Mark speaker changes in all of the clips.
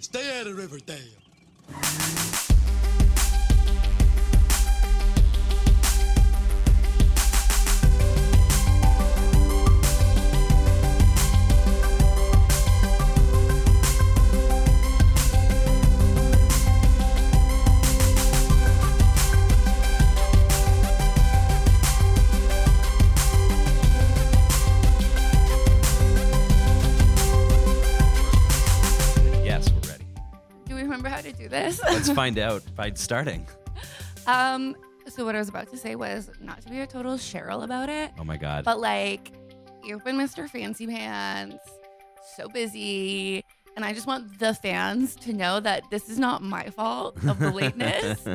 Speaker 1: Stay out of Riverdale.
Speaker 2: Yes, we're ready.
Speaker 3: Do we remember how to do this?
Speaker 2: Let's find out by starting.
Speaker 3: um, so what I was about to say was not to be a total Cheryl about it,
Speaker 2: Oh my God.
Speaker 3: but like you've been Mr. Fancy Pants, so busy, and I just want the fans to know that this is not my fault of the lateness.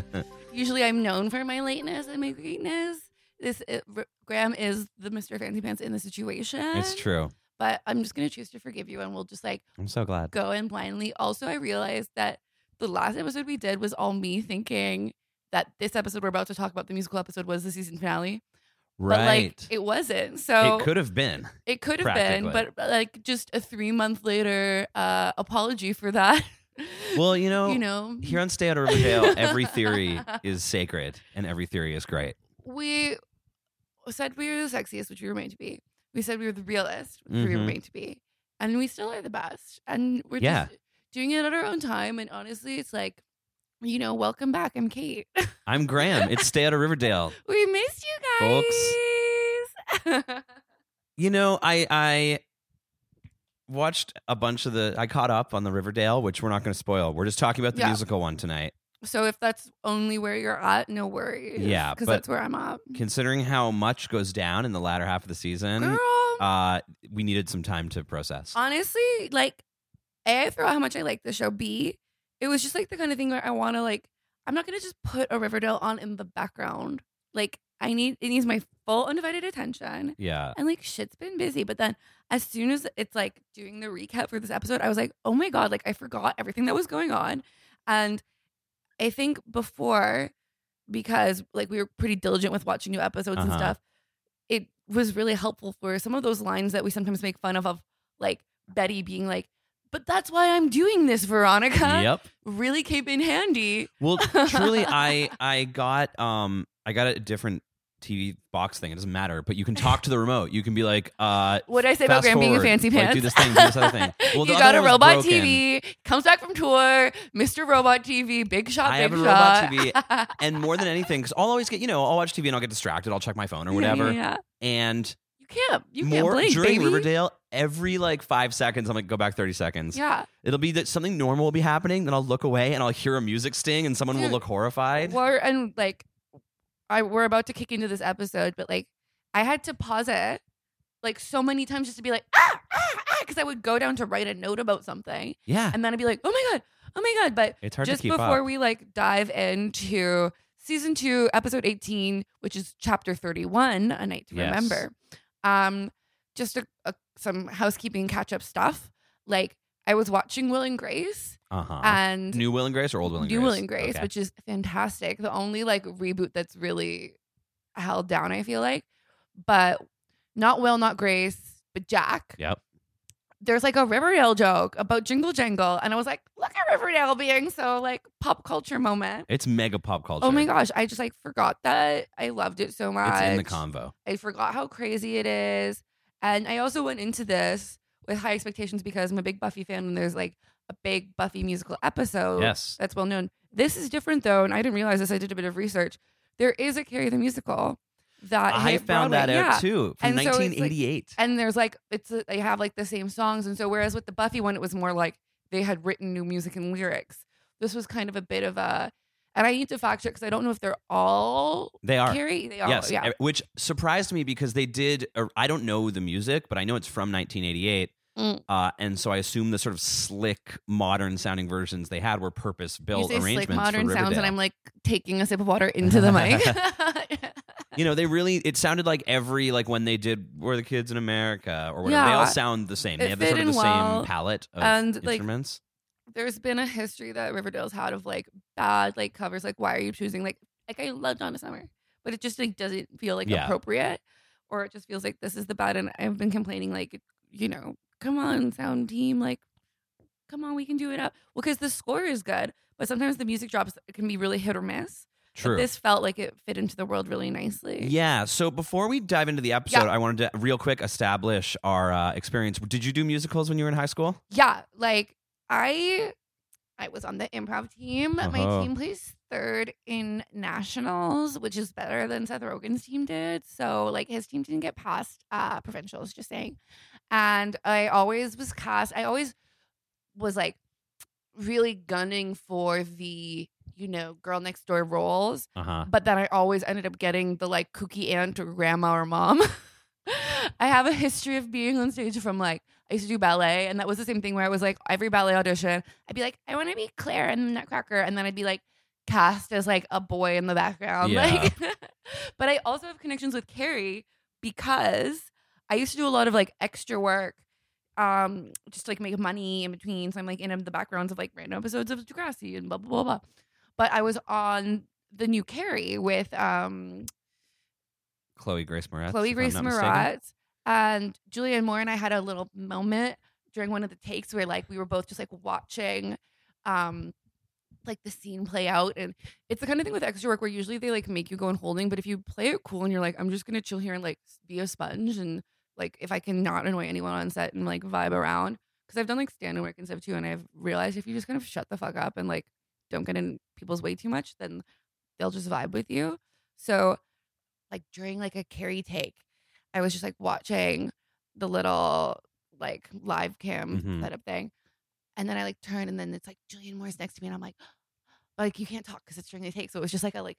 Speaker 3: Usually, I'm known for my lateness and my greatness. This uh, R- Graham is the Mr. Fancy Pants in the situation.
Speaker 2: it's true.
Speaker 3: But I'm just gonna choose to forgive you, and we'll just like
Speaker 2: I'm so glad.
Speaker 3: go in blindly. Also, I realized that the last episode we did was all me thinking that this episode we're about to talk about, the musical episode, was the season finale. But
Speaker 2: Right.
Speaker 3: like it wasn't. So
Speaker 2: it could have been.
Speaker 3: it could have been,
Speaker 2: practically.
Speaker 3: but like just a three month later uh apology for that.
Speaker 2: Well, you know,
Speaker 3: you know,
Speaker 2: here on Stay Out of Riverdale, every theory is sacred and every theory is great.
Speaker 3: we said we were the sexiest, which we remain to be. We said we were the realest, which we
Speaker 2: Mhm.
Speaker 3: remain to be. And we still are the best. And we're
Speaker 2: Yeah.
Speaker 3: just doing it at our own time. And honestly, it's like, you know, welcome back. I'm Kate.
Speaker 2: I'm Graham. It's Stay Out of Riverdale.
Speaker 3: We missed you guys. Folks.
Speaker 2: You know, I I watched a bunch of the I caught up on the Riverdale, which we're not going to spoil. We're just talking about the
Speaker 3: Yeah.
Speaker 2: musical one tonight.
Speaker 3: so if that's only where you're at, no worries.
Speaker 2: Yeah,
Speaker 3: Because
Speaker 2: but-
Speaker 3: that's where I'm at.
Speaker 2: Considering how much goes down in the latter half of the season,
Speaker 3: Girl,
Speaker 2: uh we needed some time to process.
Speaker 3: honestly, like, A, I forgot how much I like the show. B, it was just like the kind of thing where I want to, like, I'm not going to just put a Riverdale on in the background. Like, I need, it needs my full undivided attention.
Speaker 2: yeah.
Speaker 3: And like shit's been busy, but then as soon as it's like doing the recap for this episode, I was like, oh my god, like I forgot everything that was going on, and I think before because like we were pretty diligent with watching new episodes and
Speaker 2: Uh-huh.
Speaker 3: stuff, it was really helpful for some of those lines that we sometimes make fun of of like Betty being like, but that's why I'm doing this, Veronica.
Speaker 2: Yep.
Speaker 3: Really came in handy.
Speaker 2: Well, truly, I I got um I got a different TV box thing. It doesn't matter, but you can talk to the remote. You can be like, uh,
Speaker 3: What did I say
Speaker 2: Fast
Speaker 3: about Graham being a
Speaker 2: forward.
Speaker 3: fancy
Speaker 2: Like,
Speaker 3: pants?
Speaker 2: do this thing, do this other thing. Well, the other
Speaker 3: you got a
Speaker 2: one was
Speaker 3: robot
Speaker 2: broken.
Speaker 3: TV, comes back from tour, Mr. Robot TV, big shot,
Speaker 2: I have
Speaker 3: big
Speaker 2: a
Speaker 3: shot.
Speaker 2: robot and more than anything, because I'll always get you know I'll watch TV and I'll get distracted. I'll check my phone or whatever.
Speaker 3: Yeah.
Speaker 2: And
Speaker 3: You can't. You can't
Speaker 2: more
Speaker 3: blink,
Speaker 2: during
Speaker 3: baby.
Speaker 2: Riverdale, every like five seconds, I'm like, go back thirty seconds.
Speaker 3: Yeah.
Speaker 2: It'll be that something normal will be happening. Then I'll look away and I'll hear a music sting and someone will
Speaker 3: Dude.
Speaker 2: look horrified.
Speaker 3: We're, and like, I we're about to kick into this episode, but like, I had to pause it like so many times just to be like ah ah ah because I would go down to write a note about something
Speaker 2: Yeah,
Speaker 3: and then I'd be like oh my god oh my god but
Speaker 2: it's hard
Speaker 3: just
Speaker 2: to keep
Speaker 3: before
Speaker 2: up.
Speaker 3: we like dive into season two, episode 18, which is chapter 31, A Night to
Speaker 2: Yes.
Speaker 3: Remember, um, just a, a, some housekeeping catch up stuff. Like, I was watching Will and Grace
Speaker 2: uh huh.
Speaker 3: and
Speaker 2: New Will and Grace or old Will and
Speaker 3: New
Speaker 2: Grace?
Speaker 3: Will and Grace,
Speaker 2: Okay.
Speaker 3: which is fantastic. The only like reboot that's really held down, I feel like. But not Will, not Grace, but Jack
Speaker 2: Yep.
Speaker 3: there's like a Riverdale joke about Jingle Jangle. And I was like, look at Riverdale being so like pop culture moment.
Speaker 2: It's mega pop culture.
Speaker 3: Oh my gosh. I just like forgot that. I loved it so much.
Speaker 2: It's in the convo.
Speaker 3: I forgot how crazy it is. And I also went into this with high expectations because I'm a big Buffy fan and there's like a big Buffy musical episode
Speaker 2: Yes.
Speaker 3: that's well known. This is different though. And I didn't realize this. I did a bit of research. There is a Carrie the Musical that
Speaker 2: I
Speaker 3: hit
Speaker 2: found that
Speaker 3: Broadway.
Speaker 2: out
Speaker 3: Yeah.
Speaker 2: too from
Speaker 3: And so it's like-
Speaker 2: 1988.
Speaker 3: And there's like it's uh, they have like the same songs, and so whereas with the Buffy one, it was more like they had written new music and lyrics. This was kind of a bit of a, and I need to fact check because I don't know if they're all
Speaker 2: they are.
Speaker 3: Carrie. They are,
Speaker 2: Yes,
Speaker 3: yeah.
Speaker 2: eh, which surprised me because they did. Or I don't know the music, but I know it's from 1988,
Speaker 3: Mm.
Speaker 2: uh, and so I assume the sort of slick, modern-sounding versions they had were
Speaker 3: You
Speaker 2: purpose-built
Speaker 3: say
Speaker 2: arrangements
Speaker 3: like modern
Speaker 2: for
Speaker 3: sounds, and
Speaker 2: Riverdale.
Speaker 3: I'm like taking a sip of water into the mic.
Speaker 2: you know, they really. It sounded like every like when they did "We're the Kids in America" or whatever. They
Speaker 3: Yeah.
Speaker 2: all sound the same.
Speaker 3: It
Speaker 2: they have the
Speaker 3: fit
Speaker 2: sort of the
Speaker 3: in well,
Speaker 2: same palette of
Speaker 3: and, like,
Speaker 2: instruments.
Speaker 3: There's been a history that Riverdale's had of like bad like covers. Like, why are you choosing like like I love Donna Summer, but it just like doesn't feel like
Speaker 2: Yeah.
Speaker 3: appropriate, or it just feels like this is the bad. And I've been complaining like, you know, come on, sound team, like come on, we can do it up. Well, because the score is good, but sometimes the music drops can be really hit or miss. But
Speaker 2: True.
Speaker 3: This felt like it fit into the world really nicely.
Speaker 2: Yeah. So before we dive into the episode, I wanted to real quick establish our uh, experience. Did you do musicals when you were in high school?
Speaker 3: Yeah, like I I was on the improv team.
Speaker 2: Uh-huh.
Speaker 3: My team placed third in nationals, which is better than Seth Rogen's team did. So like his team didn't get past uh provincials, just saying. And I always was cast, I always was like really gunning for the, you know, girl next door roles
Speaker 2: Uh huh.
Speaker 3: but then I always ended up getting the like kooky aunt or grandma or mom. I have a history of being on stage from like I used to do ballet, and that was the same thing where I was like every ballet audition, I'd be like, I want to be Claire in the Nutcracker, and then I'd be like cast as like a boy in the background.
Speaker 2: Yeah.
Speaker 3: Like, but I also have connections with Carrie because I used to do a lot of like extra work. Um, just to, like make money in between. So I'm like in the backgrounds of like random episodes of Degrassi and blah blah blah blah. But I was on the new Carrie with um,
Speaker 2: Chloe Grace Moretz.
Speaker 3: Chloe
Speaker 2: if I'm
Speaker 3: Grace
Speaker 2: not mistaken.
Speaker 3: Moretz and Julianne Moore, and I had a little moment during one of the takes where like we were both just like watching, um, like the scene play out, and it's the kind of thing with extra work where usually they like make you go in holding, but if you play it cool and you're like, I'm just gonna chill here and like be a sponge, and like if I can not annoy anyone on set and like vibe around, because I've done like stand and work and stuff too, and I've realized if you just kind of shut the fuck up and like don't get in people's way too much, then they'll just vibe with you. So like during like a carry take, I was just like watching the little like live cam
Speaker 2: Mhm.
Speaker 3: setup thing. And then I like turn and then it's like Julian Moore's next to me and I'm like, but, like you can't talk because it's during the take. So it was just like a like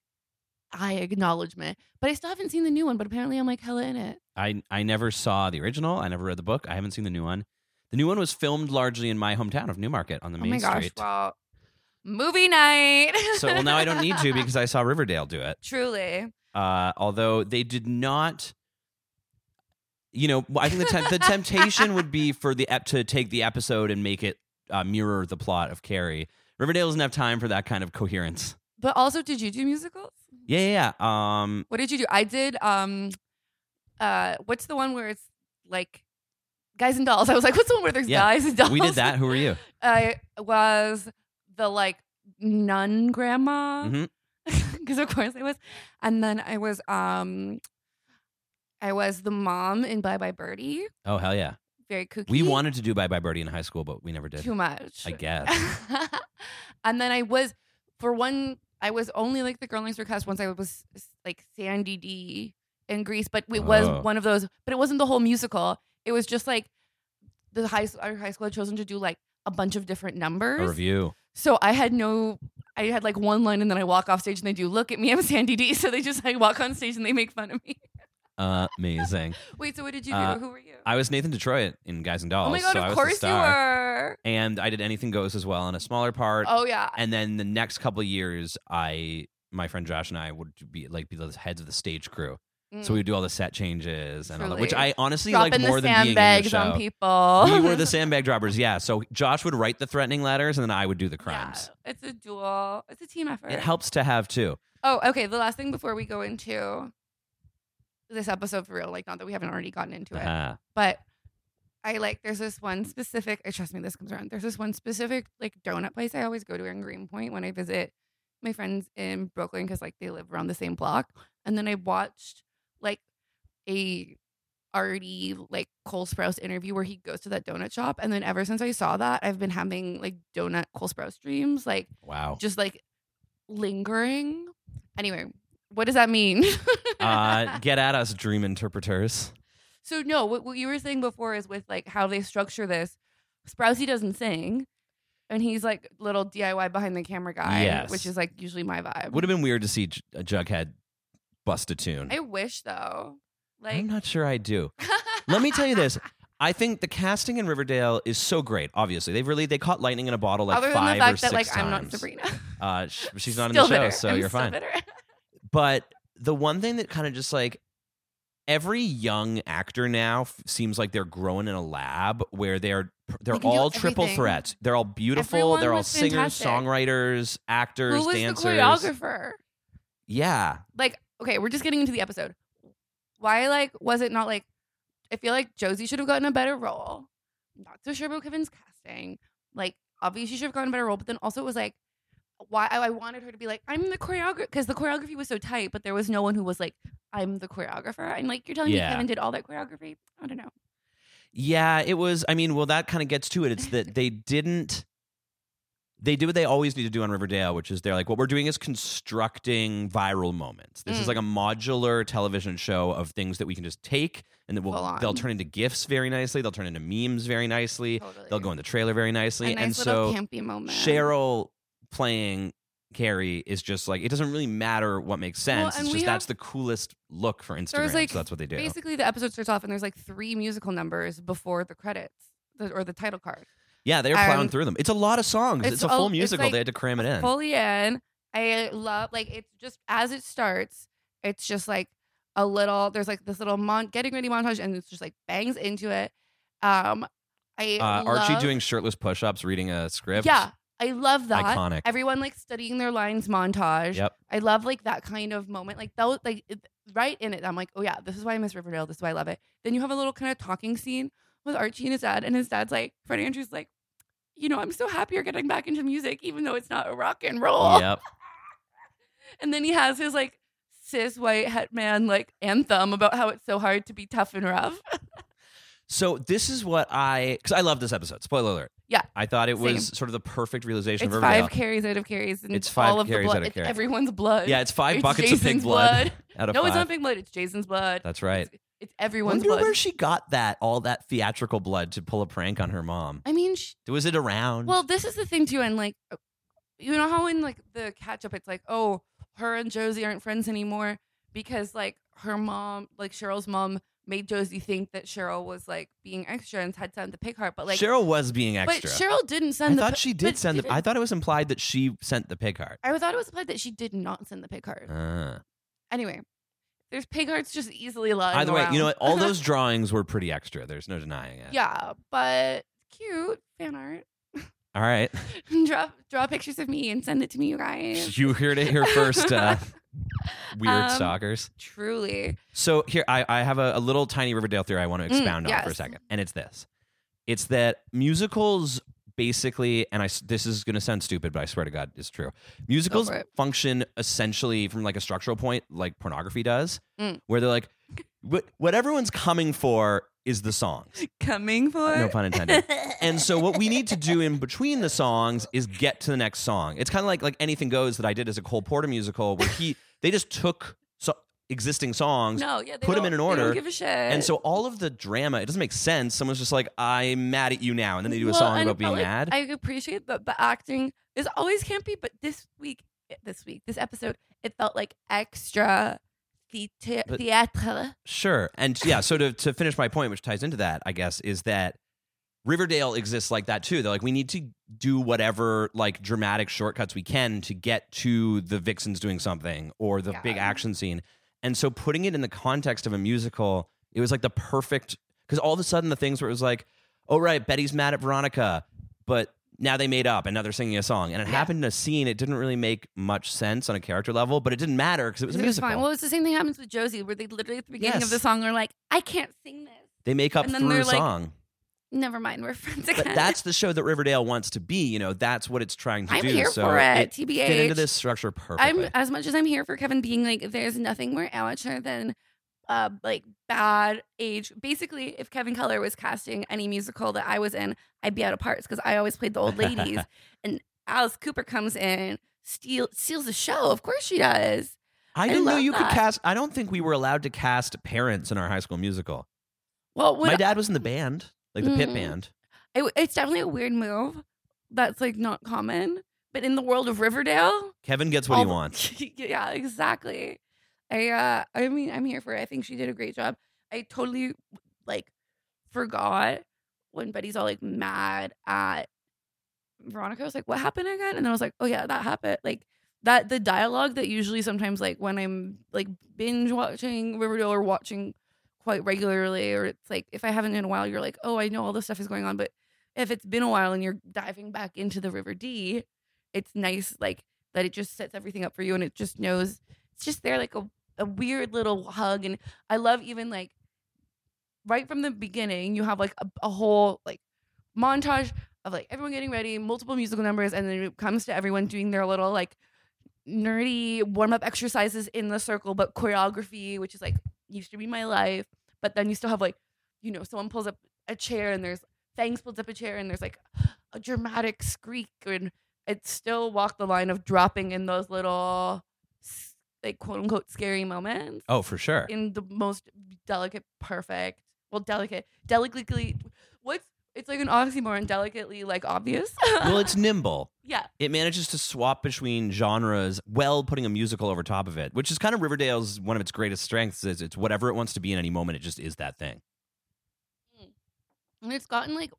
Speaker 3: eye acknowledgement. But I still haven't seen the new one, but apparently I'm like hella in it.
Speaker 2: I I never saw the original. I never read the book. I haven't seen the new one. The new one was filmed largely in my hometown of Newmarket on the
Speaker 3: Oh
Speaker 2: main
Speaker 3: my gosh,
Speaker 2: street.
Speaker 3: well, movie night.
Speaker 2: so well now I don't need to because I saw Riverdale do it.
Speaker 3: truly.
Speaker 2: Uh, although they did not. You know, I think the tem- the temptation would be for the ep- to take the episode and make it uh, mirror the plot of Carrie. Riverdale doesn't have time for that kind of coherence.
Speaker 3: But also, did you do musicals?
Speaker 2: Yeah, yeah, yeah. Um,
Speaker 3: What did you do? I did um uh what's the one where it's like guys and dolls. I was like, what's the one where there's
Speaker 2: Yeah,
Speaker 3: guys and dolls?
Speaker 2: we did that. Who are you?
Speaker 3: I was the like nun grandma
Speaker 2: hmm
Speaker 3: because of course I was. And then I was um I was the mom in Bye Bye Birdie.
Speaker 2: Oh hell yeah!
Speaker 3: Very kooky.
Speaker 2: We wanted to do Bye Bye Birdie in high school, but we never did.
Speaker 3: too much.
Speaker 2: I guess.
Speaker 3: and then I was for one I was only like the girl next door cast once I was like Sandy D in Greece, but it was
Speaker 2: Oh.
Speaker 3: one of those but it wasn't the whole musical. It was just like the high our high school had chosen to do like a bunch of different
Speaker 2: A
Speaker 3: numbers.
Speaker 2: review.
Speaker 3: So I had no, I had like one line, and then I walk off stage, and they do, "Look at me, I'm Sandy D." So they just I walk on stage, and they make fun of me.
Speaker 2: Amazing.
Speaker 3: Wait, so what did you do?
Speaker 2: Uh,
Speaker 3: Who were you?
Speaker 2: I was Nathan Detroit in Guys and Dolls.
Speaker 3: oh my god,
Speaker 2: so I
Speaker 3: of
Speaker 2: was the
Speaker 3: course you
Speaker 2: star.
Speaker 3: were.
Speaker 2: And I did Anything Goes as well in a smaller part.
Speaker 3: Oh yeah,
Speaker 2: And then the next couple of years, I, my friend Josh and I would be like be the heads of the stage crew. So
Speaker 3: Mm.
Speaker 2: we would do all the set changes and all that, which
Speaker 3: Truly.
Speaker 2: I honestly
Speaker 3: dropping
Speaker 2: like more
Speaker 3: the
Speaker 2: than being in the
Speaker 3: sandbags
Speaker 2: show.
Speaker 3: on people.
Speaker 2: We were the sandbag droppers, yeah. So Josh would write the threatening letters, and then I would do the crimes.
Speaker 3: Yeah, it's a duel. It's a team effort.
Speaker 2: It helps to have two.
Speaker 3: Oh, okay. The last thing before we go into this episode for real, like not that we haven't already gotten into it,
Speaker 2: Uh,
Speaker 3: but I like there's this one specific. I trust me, this comes around. There's this one specific like donut place I always go to in Greenpoint when I visit my friends in Brooklyn because like they live around the same block. And then I watched like a Artie like Cole Sprouse interview where he goes to that donut shop. And then ever since I saw that, I've been having like donut Cole Sprouse dreams, like
Speaker 2: wow.
Speaker 3: just like lingering. Anyway, what does that mean?
Speaker 2: uh, get at us, dream interpreters.
Speaker 3: So no, what, what you were saying before is with like how they structure this. Sprousey doesn't sing, and he's like little DIY behind the camera guy,
Speaker 2: Yes.
Speaker 3: which is like usually my vibe.
Speaker 2: Would have been weird to see J- uh, Jughead bust a tune.
Speaker 3: I wish though, like
Speaker 2: I'm not sure I do. Let me tell you this. I think the casting in Riverdale is so great. Obviously, they've really they caught lightning in a bottle like
Speaker 3: other than
Speaker 2: five
Speaker 3: the
Speaker 2: or
Speaker 3: fact
Speaker 2: six
Speaker 3: that like I'm
Speaker 2: times.
Speaker 3: not Sabrina,
Speaker 2: Uh, sh- she's not
Speaker 3: Still
Speaker 2: in the show,
Speaker 3: bitter.
Speaker 2: so
Speaker 3: I'm
Speaker 2: you're
Speaker 3: still
Speaker 2: fine.
Speaker 3: bitter.
Speaker 2: But the one thing that kind of just like every young actor now f- seems like they're growing in a lab where they're they're
Speaker 3: can do
Speaker 2: all triple
Speaker 3: everything.
Speaker 2: threats. They're all beautiful.
Speaker 3: Everyone
Speaker 2: they're all
Speaker 3: was
Speaker 2: singers,
Speaker 3: fantastic.
Speaker 2: songwriters, actors,
Speaker 3: Who was
Speaker 2: dancers.
Speaker 3: the choreographer?
Speaker 2: Yeah,
Speaker 3: Like okay, we're just getting into the episode. Why like was it not like? I feel like Josie should have gotten a better role. Not so sure about Kevin's casting. Like, obviously, she should have gotten a better role, but then also it was like, why I, I wanted her to be like, I'm the choreographer because the choreography was so tight, but there was no one who was like, I'm the choreographer. And like, you're telling
Speaker 2: Yeah.
Speaker 3: me Kevin did all that choreography? I don't know.
Speaker 2: Yeah, it was. I mean, well, that kind of gets to it. It's that they didn't. They did what they always need to do on Riverdale, which is they're like, what we're doing is constructing viral moments. This is
Speaker 3: Mm.
Speaker 2: like a modular television show of things that we can just take and that
Speaker 3: Full
Speaker 2: will
Speaker 3: on.
Speaker 2: they'll turn into gifs very nicely. They'll turn into memes very nicely.
Speaker 3: Totally.
Speaker 2: They'll go in the trailer very
Speaker 3: a
Speaker 2: nicely.
Speaker 3: nice
Speaker 2: and so
Speaker 3: little campy moment.
Speaker 2: Cheryl playing Carrie is just like it doesn't really matter what makes
Speaker 3: Well,
Speaker 2: sense.
Speaker 3: and
Speaker 2: it's
Speaker 3: we
Speaker 2: just
Speaker 3: have-
Speaker 2: that's the coolest look for Instagram.
Speaker 3: like,
Speaker 2: so that's what they do.
Speaker 3: Basically, the episode starts off and there's like three musical numbers before the credits the, or the title card.
Speaker 2: Yeah, they were plowing
Speaker 3: Um,
Speaker 2: through them. It's a lot of songs. It's,
Speaker 3: it's
Speaker 2: a
Speaker 3: all-
Speaker 2: full
Speaker 3: it's
Speaker 2: musical.
Speaker 3: like
Speaker 2: they had to cram it in.
Speaker 3: Fully in. I love like it's just as it starts, it's just like a little. There's like this little mon- getting ready montage, and it's just like bangs into it. Um, I
Speaker 2: uh, Archie
Speaker 3: love-
Speaker 2: doing shirtless push-ups, reading a script.
Speaker 3: yeah. I love that.
Speaker 2: iconic.
Speaker 3: Everyone like studying their lines montage.
Speaker 2: Yep.
Speaker 3: I love like that kind of moment. Like that was like it- right in it. I'm like, oh yeah, this is why I miss Riverdale. This is why I love it. Then you have a little kind of talking scene with Archie and his dad, and his dad's like, Fred Andrews like, you know, I'm so happy you're getting back into music, even though it's not rock and roll.
Speaker 2: Yep.
Speaker 3: And then he has his like cis white het man like anthem about how it's so hard to be tough and rough.
Speaker 2: So this is what I because I love this episode. Spoiler alert.
Speaker 3: Yeah,
Speaker 2: I thought it was
Speaker 3: same.
Speaker 2: sort of the perfect realization
Speaker 3: it's
Speaker 2: of Riverdale.
Speaker 3: five carries out of carries, and
Speaker 2: It's five
Speaker 3: all of
Speaker 2: carries
Speaker 3: the blood.
Speaker 2: out of
Speaker 3: it's
Speaker 2: carries.
Speaker 3: everyone's blood.
Speaker 2: yeah, it's five
Speaker 3: It's
Speaker 2: buckets of pig
Speaker 3: Jason's
Speaker 2: blood, out of
Speaker 3: no,
Speaker 2: five.
Speaker 3: it's not pig blood. It's Jason's blood.
Speaker 2: That's right.
Speaker 3: It's, it's everyone's
Speaker 2: Wonder
Speaker 3: blood.
Speaker 2: where she got that all that theatrical blood to pull a prank on her mom.
Speaker 3: I mean, sh
Speaker 2: Was it around?
Speaker 3: well, this is the thing too, and like, uh, you know how in like the catch up, it's like, oh, her and Josie aren't friends anymore because like her mom, like Cheryl's mom, made Josie think that Cheryl was like being extra and had sent the pig heart, but like,
Speaker 2: Cheryl was being
Speaker 3: but
Speaker 2: extra.
Speaker 3: Cheryl didn't
Speaker 2: I
Speaker 3: send. the
Speaker 2: thought
Speaker 3: pi-
Speaker 2: she did
Speaker 3: but
Speaker 2: send the.
Speaker 3: didn't-
Speaker 2: I thought it was implied that she sent the pig heart.
Speaker 3: I thought it was implied that she did not send the pig heart.
Speaker 2: Ah.
Speaker 3: Anyway, there's pig hearts just easily lying
Speaker 2: Either way, you know
Speaker 3: around.
Speaker 2: what? All those drawings were pretty extra. There's no denying it.
Speaker 3: yeah, but cute fan art.
Speaker 2: All right.
Speaker 3: draw draw pictures of me and send it to me, you guys.
Speaker 2: You heard it here first, uh, weird
Speaker 3: Um,
Speaker 2: stalkers.
Speaker 3: Truly.
Speaker 2: So here, I, I have a, a little tiny Riverdale theory I want to
Speaker 3: Mm,
Speaker 2: expound on for a
Speaker 3: yes.
Speaker 2: second, and it's this: it's that musicals basically, and I s- this is going to sound stupid, but I swear to God, it's true. Musicals
Speaker 3: for it.
Speaker 2: function essentially from like a structural point, like pornography does,
Speaker 3: Mm.
Speaker 2: where they're like, what, what everyone's coming for is the songs.
Speaker 3: Coming for
Speaker 2: No pun intended. And so what we need to do in between the songs is get to the next song. It's kind of like like anything goes that I did as a Cole Porter musical where he they just took so, existing songs.
Speaker 3: No, yeah, they
Speaker 2: Put 'em
Speaker 3: don't-
Speaker 2: in an
Speaker 3: they
Speaker 2: order,
Speaker 3: Don't give a shit.
Speaker 2: And so all of the drama, it doesn't make sense. Someone's just like, I'm mad at you now. And then they do a
Speaker 3: Well,
Speaker 2: song
Speaker 3: and oh,
Speaker 2: about being
Speaker 3: like,
Speaker 2: mad.
Speaker 3: I appreciate that the acting is always campy, but this week, eh, this week, this episode, it felt like extra theater.
Speaker 2: But-
Speaker 3: theatre.
Speaker 2: Sure. And yeah, so to, to finish my point, which ties into that, I guess, is that Riverdale exists like that too. They're like, we need to do whatever like dramatic shortcuts we can to get to the vixens doing something or the
Speaker 3: Yeah.
Speaker 2: big action scene. And so putting it in the context of a musical, it was like the perfect because all of a sudden the things where it was like, oh right, Betty's mad at Veronica, but now they made up and now they're singing a song. And it
Speaker 3: Yeah.
Speaker 2: happened in a scene. It didn't really make much sense on a character level, but it didn't matter because it was a musical.
Speaker 3: fine. Well, it's the same thing happens with Josie, where they literally at the beginning
Speaker 2: Yes.
Speaker 3: of the song are like, "I can't sing this.
Speaker 2: they make up
Speaker 3: and then
Speaker 2: through
Speaker 3: they're
Speaker 2: a
Speaker 3: like,
Speaker 2: song.
Speaker 3: Never mind, we're friends again."
Speaker 2: but that's the show that Riverdale wants to be. You know, that's what it's trying to
Speaker 3: I'm
Speaker 2: do.
Speaker 3: here
Speaker 2: so
Speaker 3: for it.
Speaker 2: it
Speaker 3: TBH.
Speaker 2: fit into this structure perfectly.
Speaker 3: I'm uh, as much as I'm here for Kevin being like, there's nothing more amateur than uh like bad age. Basically, if Kevin Keller was casting any musical that I was in, I'd be out of parts because I always played the old ladies. and Alice Cooper comes in, steal steals the show. Of course she does.
Speaker 2: I didn't know
Speaker 3: love
Speaker 2: you could
Speaker 3: that.
Speaker 2: cast. I don't think we were allowed to cast parents in our High School Musical.
Speaker 3: Well, when
Speaker 2: My dad was in the band, like the pit
Speaker 3: Mm.
Speaker 2: band.
Speaker 3: it- it's definitely a weird move that's like not common. But in the world of Riverdale,
Speaker 2: Kevin gets what
Speaker 3: all
Speaker 2: he
Speaker 3: the-
Speaker 2: wants.
Speaker 3: yeah, exactly. I uh I mean I'm here for it. I think she did a great job. I totally like forgot when Betty's all like mad at Veronica. I was like, what happened again? And then I was like, oh yeah, that happened. Like that the dialogue that usually sometimes like when I'm like binge watching Riverdale or watching quite regularly, or it's like if I haven't in a while, you're like, oh, I know all this stuff is going on, but if it's been a while and you're diving back into the River D, it's nice like that it just sets everything up for you and it just knows it's just there like a, a weird little hug and I love even like right from the beginning you have like a, a whole like montage of like everyone getting ready, multiple musical numbers, and then it comes to everyone doing their little like nerdy warm up exercises in the circle, but choreography, which is like used to be my life. But then you still have like, you know, someone pulls up a chair and there's Fangs pulls up a chair and there's like a dramatic squeak, and it still walked the line of dropping in those little s- like quote unquote scary moments
Speaker 2: Oh, for sure.
Speaker 3: in the most delicate, perfect, well, delicate, delicately. What's it's like an oxymoron, delicately like obvious.
Speaker 2: well, it's nimble.
Speaker 3: yeah,
Speaker 2: It manages to swap between genres while putting a musical over top of it, which is kind of Riverdale's one of its greatest strengths is it's whatever it wants to be in any moment, it just is that thing.
Speaker 3: and it's gotten like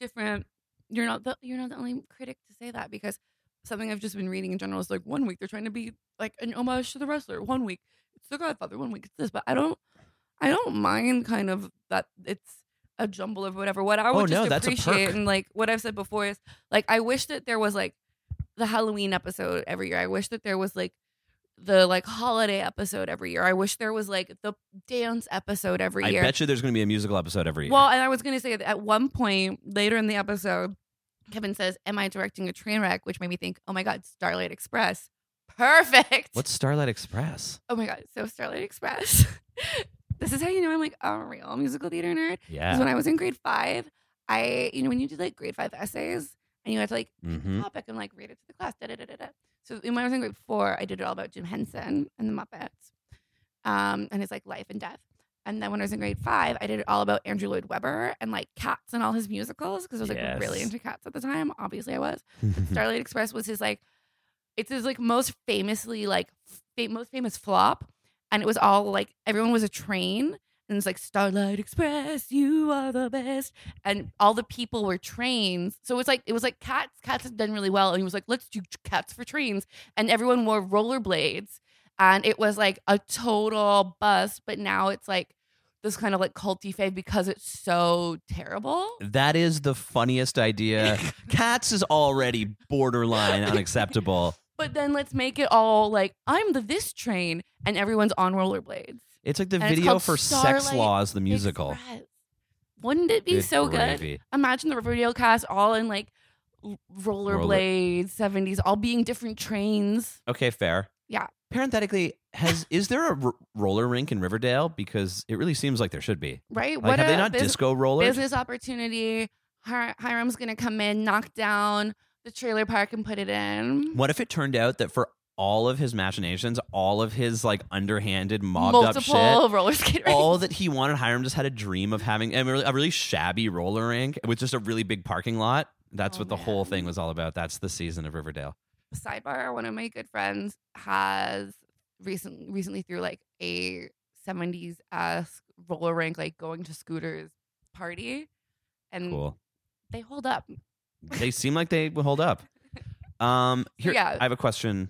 Speaker 3: different. You're not the you're not the only critic to say that because something I've just been reading in general is like one week they're trying to be like an homage to the wrestler, one week it's the Godfather, one week it's this, but I don't I don't mind kind of that it's a jumble of whatever. What I would
Speaker 2: Oh,
Speaker 3: just
Speaker 2: no, that's a
Speaker 3: appreciate
Speaker 2: perk.
Speaker 3: and like what I've said before is like I wish that there was like the Halloween episode every year. I wish that there was like the like holiday episode every year. I wish there was like the dance episode every
Speaker 2: I
Speaker 3: year.
Speaker 2: bet you there's going to be a musical episode every year.
Speaker 3: Well, and I was going to say that at one point later in the episode, Kevin says, "Am I directing a train wreck?" Which made me think, "Oh my God, Starlight Express, perfect."
Speaker 2: What's Starlight Express?
Speaker 3: Oh my God, so Starlight Express. this is how you know I'm like a real musical theater nerd. Because
Speaker 2: Yeah.
Speaker 3: when I was in grade five, I you know when you did like grade five essays and you had to like
Speaker 2: Mm-hmm.
Speaker 3: topic and like read it to the class. Da, da, da, da, da. So when I was in grade four, I did it all about Jim Henson and the Muppets, um, and his like life and death. And then when I was in grade five, I did it all about Andrew Lloyd Webber and like Cats and all his musicals because I was like really
Speaker 2: Yes.
Speaker 3: into Cats at the time. Obviously, I was.
Speaker 2: Mm-hmm. Hmm.
Speaker 3: Starlight Express was his like, it's his like most famously like fa- most famous flop, and it was all like everyone was a train. And it's like Starlight Express, you are the best, and all the people were trains. So it's like it was like cats. Cats had done really well, and he was like, let's do cats for trains, and everyone wore rollerblades, and it was like a total bust. But now it's like this kind of like culty fave because it's so terrible.
Speaker 2: That is the funniest idea. Cats is already borderline unacceptable.
Speaker 3: But then let's make it all like I'm the this train and everyone's on rollerblades.
Speaker 2: It's like the
Speaker 3: And it's
Speaker 2: video
Speaker 3: called
Speaker 2: for Sex
Speaker 3: Starlight
Speaker 2: Laws, the musical.
Speaker 3: Express. Wouldn't it be
Speaker 2: Good
Speaker 3: so good?
Speaker 2: gravy.
Speaker 3: Imagine the Riverdale cast all in like l- rollerblades, 70s, all being different trains.
Speaker 2: Okay, fair.
Speaker 3: Yeah.
Speaker 2: Parenthetically, has is there a r- roller rink in Riverdale? Because it really seems like there should be.
Speaker 3: Right?
Speaker 2: Like, have
Speaker 3: a
Speaker 2: they not
Speaker 3: bus-
Speaker 2: disco rollers?
Speaker 3: business opportunity. Hi- Hiram's gonna come in, knock down the trailer park and put it in.
Speaker 2: What if it turned out that for all of his machinations, all of his like underhanded, mobbed
Speaker 3: Multiple
Speaker 2: up shit,
Speaker 3: roller skate rinks.
Speaker 2: all that he wanted, Hiram just had a dream of having a really, a really shabby roller rink with just a really big parking lot. That's
Speaker 3: Oh,
Speaker 2: what the whole
Speaker 3: man.
Speaker 2: thing was all about. That's the season of Riverdale.
Speaker 3: sidebar one of my good friends has recent, recently through like a 70s esque roller rink like going to scooters party and
Speaker 2: Cool.
Speaker 3: they hold up
Speaker 2: they seem like they would hold up. Um, here
Speaker 3: Yeah.
Speaker 2: I have a question.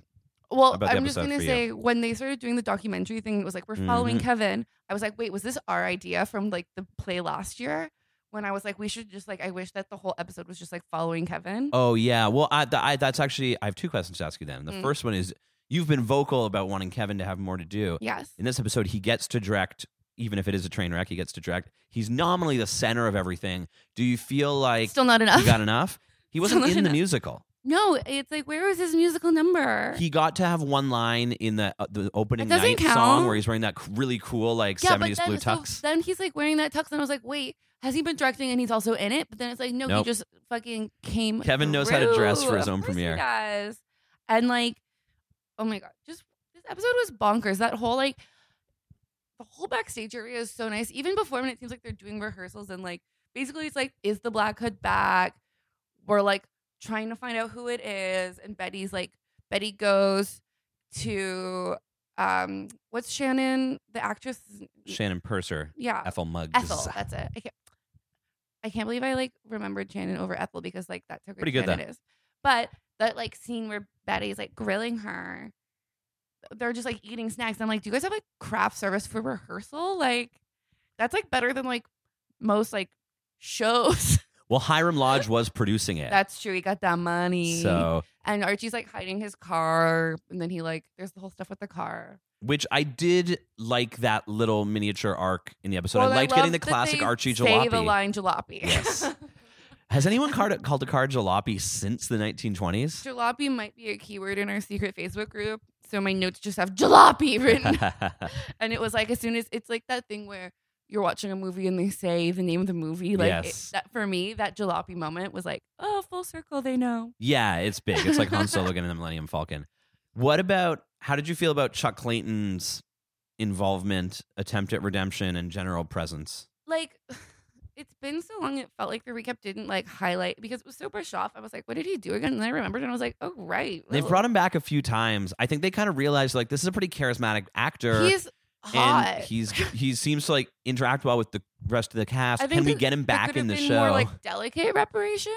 Speaker 3: well
Speaker 2: About the
Speaker 3: i'm just
Speaker 2: episode
Speaker 3: gonna
Speaker 2: for you.
Speaker 3: say when they started doing the documentary thing it was like we're following
Speaker 2: Mhm.
Speaker 3: kevin i was like wait was this our idea from like the play last year when i was like we should just like i wish that the whole episode was just like following kevin
Speaker 2: Oh yeah. Well, I, th I that's actually I have two questions to ask you. Then the
Speaker 3: Mm.
Speaker 2: first one is you've been vocal about wanting Kevin to have more to do.
Speaker 3: yes
Speaker 2: In this episode, he gets to direct, even if it is a train wreck. He gets to direct. He's nominally the center of everything. Do you feel like
Speaker 3: still not enough
Speaker 2: he got enough? He
Speaker 3: Still
Speaker 2: wasn't
Speaker 3: not
Speaker 2: in the
Speaker 3: enough.
Speaker 2: musical.
Speaker 3: no it's like where was his musical number
Speaker 2: He got to have one line in the uh, the opening
Speaker 3: That doesn't
Speaker 2: night
Speaker 3: count.
Speaker 2: song where he's wearing that c- really cool like seventies
Speaker 3: then,
Speaker 2: blue
Speaker 3: so
Speaker 2: tux.
Speaker 3: then he's like wearing that tux, and I was like, wait, has he been directing and he's also in it? But then it's like, no,
Speaker 2: Nope.
Speaker 3: he just fucking came.
Speaker 2: Kevin knows how to
Speaker 3: through.
Speaker 2: dress for his
Speaker 3: Of
Speaker 2: own
Speaker 3: course he
Speaker 2: premiere.
Speaker 3: does. And like, oh my god, just this episode was bonkers. That whole like, the whole backstage area is so nice. Even before when it seems like they're doing rehearsals and like, basically it's like, is the black hood back? We're like trying to find out who it is, and Betty's like, Betty goes to. Um, what's Shannon, the actress?
Speaker 2: Shannon Purser,
Speaker 3: Yeah.
Speaker 2: Ethel Muggs.
Speaker 3: Ethel. That's it. I can't, I can't believe I like remembered Shannon over Ethel because like that's how great
Speaker 2: Pretty good,
Speaker 3: Shannon
Speaker 2: though.
Speaker 3: is. But that like scene where Betty's like grilling her, they're just like eating snacks. I'm like, do you guys have like craft service for rehearsal? Like, that's like better than like most like shows.
Speaker 2: Well, Hiram Lodge was producing it,
Speaker 3: that's true. He got that money.
Speaker 2: so
Speaker 3: and Archie's like hiding his car, and then he like there's the whole stuff with the car.
Speaker 2: which I did like that little miniature arc in the episode.
Speaker 3: Well,
Speaker 2: I liked
Speaker 3: love
Speaker 2: getting the
Speaker 3: that
Speaker 2: classic
Speaker 3: they
Speaker 2: Archie
Speaker 3: say the
Speaker 2: jalopy.
Speaker 3: line jalopy.
Speaker 2: Yes. Has anyone called, called a car jalopy since the 1920s?
Speaker 3: Jalopy might be a keyword in our secret Facebook group. So my notes just have jalopy written. and it was like, as soon as it's like that thing where you're watching a movie and they say the name of the movie. Like, it-
Speaker 2: Yes.
Speaker 3: that for me, that jalopy moment was like, oh, full circle, they know.
Speaker 2: yeah, it's big. It's like Han Solo getting the Millennium Falcon. What about how did you feel about Chuck Clayton's involvement, attempt at redemption, and general presence?
Speaker 3: Like, it's been so long, it felt like the recap didn't like highlight because it was so brushed off. I was like, what did he do again? And then I remembered and I was like, oh, right.
Speaker 2: They've brought him back a few times. I think they kind of realized like this is a pretty charismatic actor.
Speaker 3: He's hot.
Speaker 2: And he's he seems to like interact well with the rest of the cast.
Speaker 3: I
Speaker 2: Can
Speaker 3: think
Speaker 2: we
Speaker 3: that
Speaker 2: get him
Speaker 3: There
Speaker 2: back
Speaker 3: could
Speaker 2: in the
Speaker 3: have been
Speaker 2: show?
Speaker 3: More like delicate reparations.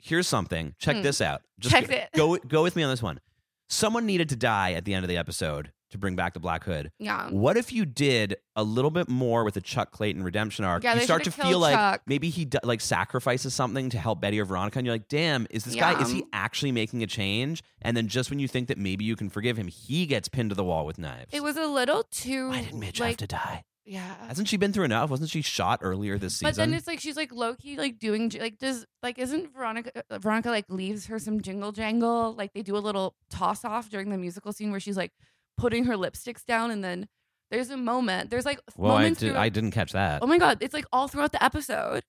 Speaker 2: Here's something. Check
Speaker 3: Hmm.
Speaker 2: this out. Just
Speaker 3: Check
Speaker 2: go,
Speaker 3: it.
Speaker 2: go go with me on this one. Someone needed to die at the end of the episode to bring back the Black Hood.
Speaker 3: Yeah.
Speaker 2: What if you did a little bit more with the Chuck Clayton redemption arc?
Speaker 3: Yeah,
Speaker 2: you
Speaker 3: they
Speaker 2: start to
Speaker 3: should've
Speaker 2: feel
Speaker 3: killed
Speaker 2: like
Speaker 3: Chuck.
Speaker 2: maybe he d- like sacrifices something to help Betty or Veronica, and you're like, "Damn, is this guy?
Speaker 3: Yeah.
Speaker 2: Is he actually making a change?" And then just when you think that maybe you can forgive him, he gets pinned to the wall with knives.
Speaker 3: It was a little too.
Speaker 2: Why did Midge have
Speaker 3: like,
Speaker 2: to die?
Speaker 3: Yeah.
Speaker 2: Hasn't she been through enough? Wasn't she shot earlier this season?
Speaker 3: But then it's like she's like low key like doing j- like does like isn't Veronica uh, Veronica like leaves her some jingle jangle like they do a little toss off during the musical scene where she's like putting her lipsticks down and then there's a moment there's like
Speaker 2: well, I,
Speaker 3: moments
Speaker 2: did,
Speaker 3: throughout-
Speaker 2: I didn't catch that.
Speaker 3: oh my god it's like all throughout the episode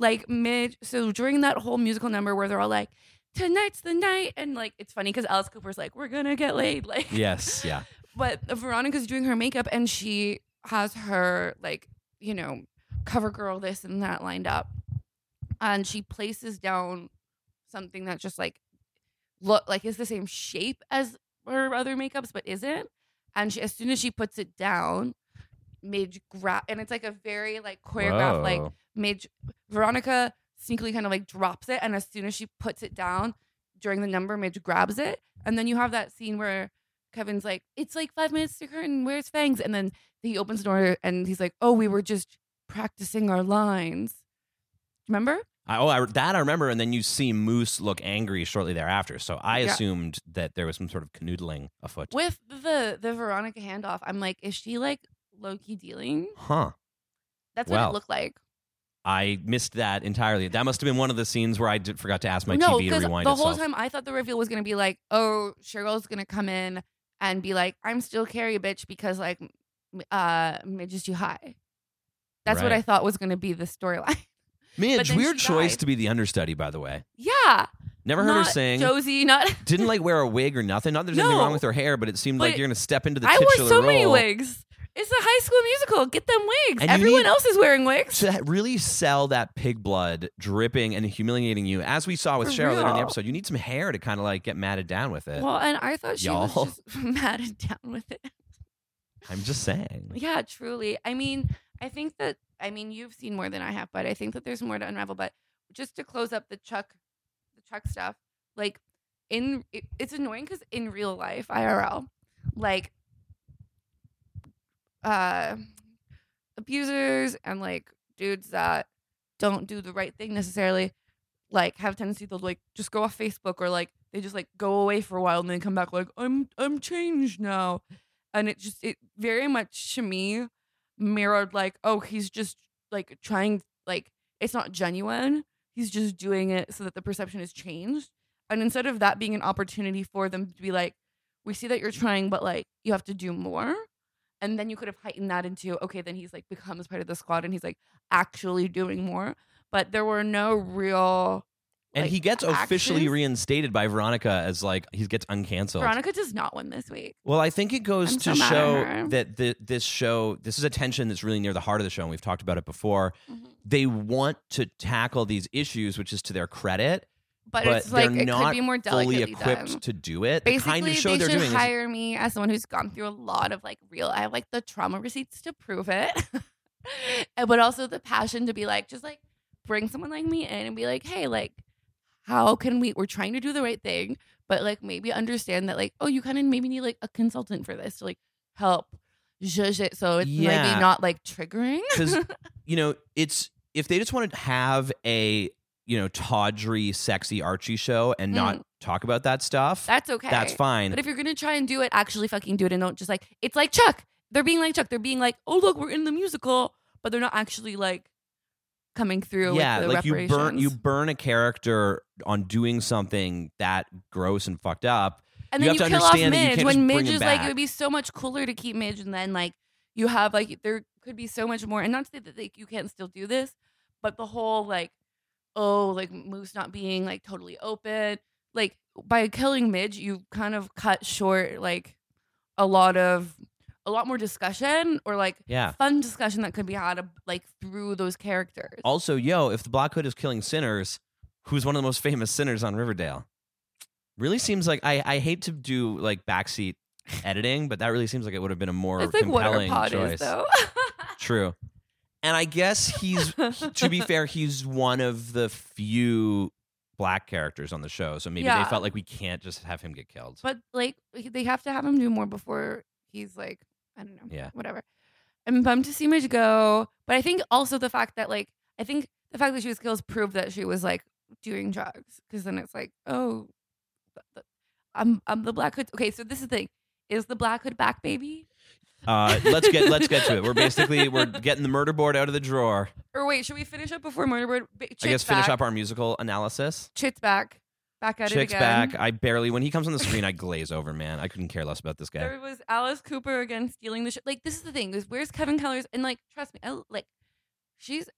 Speaker 3: like mid so during that whole musical number where they're all like tonight's the night and like it's funny because Alice Cooper's like we're gonna get laid like
Speaker 2: Yes, yeah.
Speaker 3: but Veronica's doing her makeup and she has her like, you know, cover girl this and that lined up. And she places down something that just like look like is the same shape as her other makeups but isn't. And she as soon as she puts it down, Midge grab and it's like a very like choreographed like
Speaker 2: Whoa.
Speaker 3: Midge Veronica sneakily kind of like drops it, and as soon as she puts it down during the number, Midge grabs it, and then you have that scene where Kevin's like, "It's like five minutes to curtain. Where's Fangs?" And then he opens the door, and he's like, "Oh, we were just practicing our lines." Remember?
Speaker 2: I, oh, I, that I remember. And then you see Moose look angry shortly thereafter. So I
Speaker 3: Yeah.
Speaker 2: assumed that there was some sort of canoodling afoot.
Speaker 3: With the the Veronica handoff, I'm like, is she like low key dealing?
Speaker 2: Huh.
Speaker 3: That's what
Speaker 2: Wow.
Speaker 3: it looked like.
Speaker 2: I missed that entirely. That must have been one of the scenes where I did, forgot to ask my
Speaker 3: no,
Speaker 2: TV to
Speaker 3: because
Speaker 2: rewind
Speaker 3: the
Speaker 2: itself.
Speaker 3: whole time I thought the reveal was gonna be like, oh, Cheryl's gonna come in and be like, I'm still Carrie, bitch, because like, m- uh, Midge is too high. That's what
Speaker 2: Right.
Speaker 3: I thought was gonna be the storyline. but
Speaker 2: Midge,
Speaker 3: then
Speaker 2: weird
Speaker 3: she
Speaker 2: choice
Speaker 3: died.
Speaker 2: to be the understudy, by the way.
Speaker 3: yeah,
Speaker 2: Never heard
Speaker 3: not
Speaker 2: her sing.
Speaker 3: Josie. Not
Speaker 2: Didn't like wear a wig or nothing. Not that there's anything
Speaker 3: No.
Speaker 2: wrong with her hair, but it seemed like
Speaker 3: But
Speaker 2: you're going to step into the
Speaker 3: I wore
Speaker 2: titular
Speaker 3: so many
Speaker 2: role.
Speaker 3: wigs. It's a High School Musical. Get them wigs.
Speaker 2: And you
Speaker 3: Everyone
Speaker 2: need-
Speaker 3: else is wearing wigs.
Speaker 2: to really sell that pig blood dripping and humiliating you, as we saw with
Speaker 3: For
Speaker 2: Cheryl later in the
Speaker 3: real.
Speaker 2: episode, you need some hair to kind of like get matted down with it.
Speaker 3: Well, and I thought she
Speaker 2: Y'all.
Speaker 3: was just matted down with it.
Speaker 2: I'm just saying.
Speaker 3: Yeah, truly. I mean, I think that I mean you've seen more than I have, but I think that there's more to unravel. But just to close up the Chuck, the Chuck stuff, like in it, it's annoying because in real life IRL, like uh abusers and like dudes that don't do the right thing necessarily, like have a tendency to like just go off Facebook or like they just like go away for a while and then come back like I'm I'm changed now and it just it very much to me mirrored like oh he's just like trying like it's not genuine he's just doing it so that the perception is changed and instead of that being an opportunity for them to be like we see that you're trying but like you have to do more and then you could have heightened that into okay then he's like becomes part of the squad and he's like actually doing more but there were no real
Speaker 2: And
Speaker 3: like,
Speaker 2: he gets officially
Speaker 3: actions.
Speaker 2: reinstated by Veronica as like he gets uncanceled.
Speaker 3: veronica does not win this week
Speaker 2: Well, I think it goes
Speaker 3: I'm
Speaker 2: to
Speaker 3: so mad at
Speaker 2: show
Speaker 3: her.
Speaker 2: that the, this show, this is a tension that's really near the heart of the show, and we've talked about it before.
Speaker 3: Mm-hmm.
Speaker 2: They want to tackle these issues, which is to their credit,
Speaker 3: but,
Speaker 2: but
Speaker 3: it's like
Speaker 2: they're
Speaker 3: it
Speaker 2: not
Speaker 3: could be more
Speaker 2: fully
Speaker 3: delicately
Speaker 2: equipped
Speaker 3: done.
Speaker 2: to do it. the
Speaker 3: Basically,
Speaker 2: kind of show
Speaker 3: they
Speaker 2: are
Speaker 3: should
Speaker 2: doing is
Speaker 3: hire me as someone who's gone through a lot of like real. I have like the trauma receipts to prove it, and but also the passion to be like, just like bring someone like me in and be like, hey, like, how can we? We're trying to do the right thing, but like maybe understand that like, oh, you kind of maybe need like a consultant for this to like help judge it, so it's
Speaker 2: Yeah.
Speaker 3: maybe not like triggering.
Speaker 2: because you know it's if they just want to have a you know tawdry sexy archie show and not talk about that stuff
Speaker 3: Mm. That's okay.
Speaker 2: that's fine
Speaker 3: But if you're gonna try and do it, actually fucking do it and don't just like it's like Chuck. They're being like Chuck. They're being like, oh look, we're in the musical, but they're not actually like coming through.
Speaker 2: yeah,
Speaker 3: with the
Speaker 2: like you burn
Speaker 3: reparations.
Speaker 2: you burn a character on doing something that gross and fucked up.
Speaker 3: and
Speaker 2: you
Speaker 3: then
Speaker 2: have to
Speaker 3: kill off
Speaker 2: understand that you
Speaker 3: Midge
Speaker 2: can't
Speaker 3: when
Speaker 2: just bring
Speaker 3: Midge
Speaker 2: him
Speaker 3: is like,
Speaker 2: back.
Speaker 3: it would be so much cooler to keep Midge, and then like you have like there could be so much more. And not to say that like you can't still do this, but the whole like oh like Moose not being like totally open, like by killing Midge, you kind of cut short like a lot of a lot more discussion or like
Speaker 2: Yeah.
Speaker 3: fun discussion that could be had like through those characters.
Speaker 2: Also, yo, if the Black Hood is killing sinners, who's one of the most famous sinners on Riverdale? Really seems like I, I hate to do like backseat editing, but that really seems like it would have been a more
Speaker 3: That's like what our
Speaker 2: compelling
Speaker 3: pod
Speaker 2: choice.
Speaker 3: is though.
Speaker 2: True. And I guess he's he- to be fair, he's one of the few black characters on the show. So maybe
Speaker 3: Yeah.
Speaker 2: they felt like we can't just have him get killed.
Speaker 3: But like they have to have him do more before he's like I don't know.
Speaker 2: Yeah.
Speaker 3: Whatever. I'm bummed to see Midge go, but I think also the fact that like I think the fact that she was killed proved that she was like doing drugs because then it's like oh, th- th- I'm I'm the Black Hood. Okay, so this is the thing: is the Black Hood back, baby?
Speaker 2: Uh, let's get let's get to it. We're basically we're getting the murder board out of the drawer.
Speaker 3: Or wait, should we finish up before Murderbird? Ba- Chit's
Speaker 2: I guess finish
Speaker 3: back.
Speaker 2: up our musical analysis.
Speaker 3: Chit's back. Back at
Speaker 2: Chick's
Speaker 3: it again.
Speaker 2: back. I barely when he comes on the screen, I glaze over. Man, I couldn't care less about this guy.
Speaker 3: There was Alice Cooper again stealing the shit. Like this is the thing is where's Kevin Keller's and like trust me, I, like she's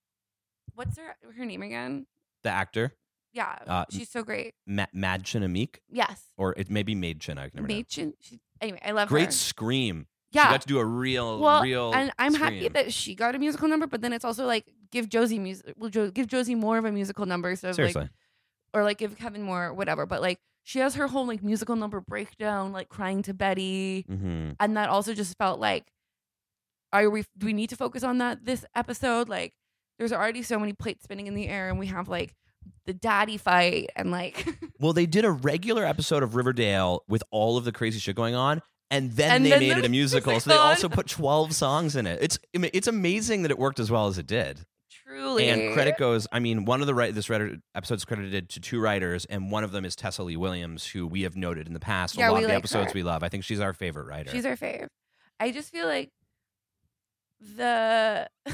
Speaker 3: what's her her name again?
Speaker 2: The actor
Speaker 3: Yeah,
Speaker 2: Uh,
Speaker 3: she's so great.
Speaker 2: Ma- Mad Chinamik,
Speaker 3: Yes,
Speaker 2: or it may be Made Chin. I can never know.
Speaker 3: Machin. She, anyway, I love
Speaker 2: Great
Speaker 3: her.
Speaker 2: scream. She
Speaker 3: yeah,
Speaker 2: got to do a real,
Speaker 3: well,
Speaker 2: real.
Speaker 3: and I'm happy
Speaker 2: scream.
Speaker 3: that she got a musical number, but then it's also like give Josie music, well, jo- give Josie more of a musical number, so like
Speaker 2: seriously.
Speaker 3: or like give Kevin more, whatever. But like she has her whole like musical number breakdown, like crying to Betty.
Speaker 2: hmm
Speaker 3: and that also just felt like are we do we need to focus on that this episode like there's already so many plates spinning in the air and we have like the daddy fight and like
Speaker 2: Well, they did a regular episode of Riverdale with all of the crazy shit going on, and then
Speaker 3: And
Speaker 2: they
Speaker 3: then
Speaker 2: made
Speaker 3: the
Speaker 2: it a musical. So they
Speaker 3: musical.
Speaker 2: also put twelve songs in it. It's I mean, it's amazing that it worked as well as it did.
Speaker 3: truly
Speaker 2: And credit goes. I mean, one of the write this writer episode's credited to two writers, and one of them is Tessa Lee Williams, who we have noted in the past.
Speaker 3: Yeah,
Speaker 2: a lot
Speaker 3: we
Speaker 2: of the
Speaker 3: like
Speaker 2: episodes
Speaker 3: her.
Speaker 2: we love. I think she's our favorite writer.
Speaker 3: she's our fave i just feel like the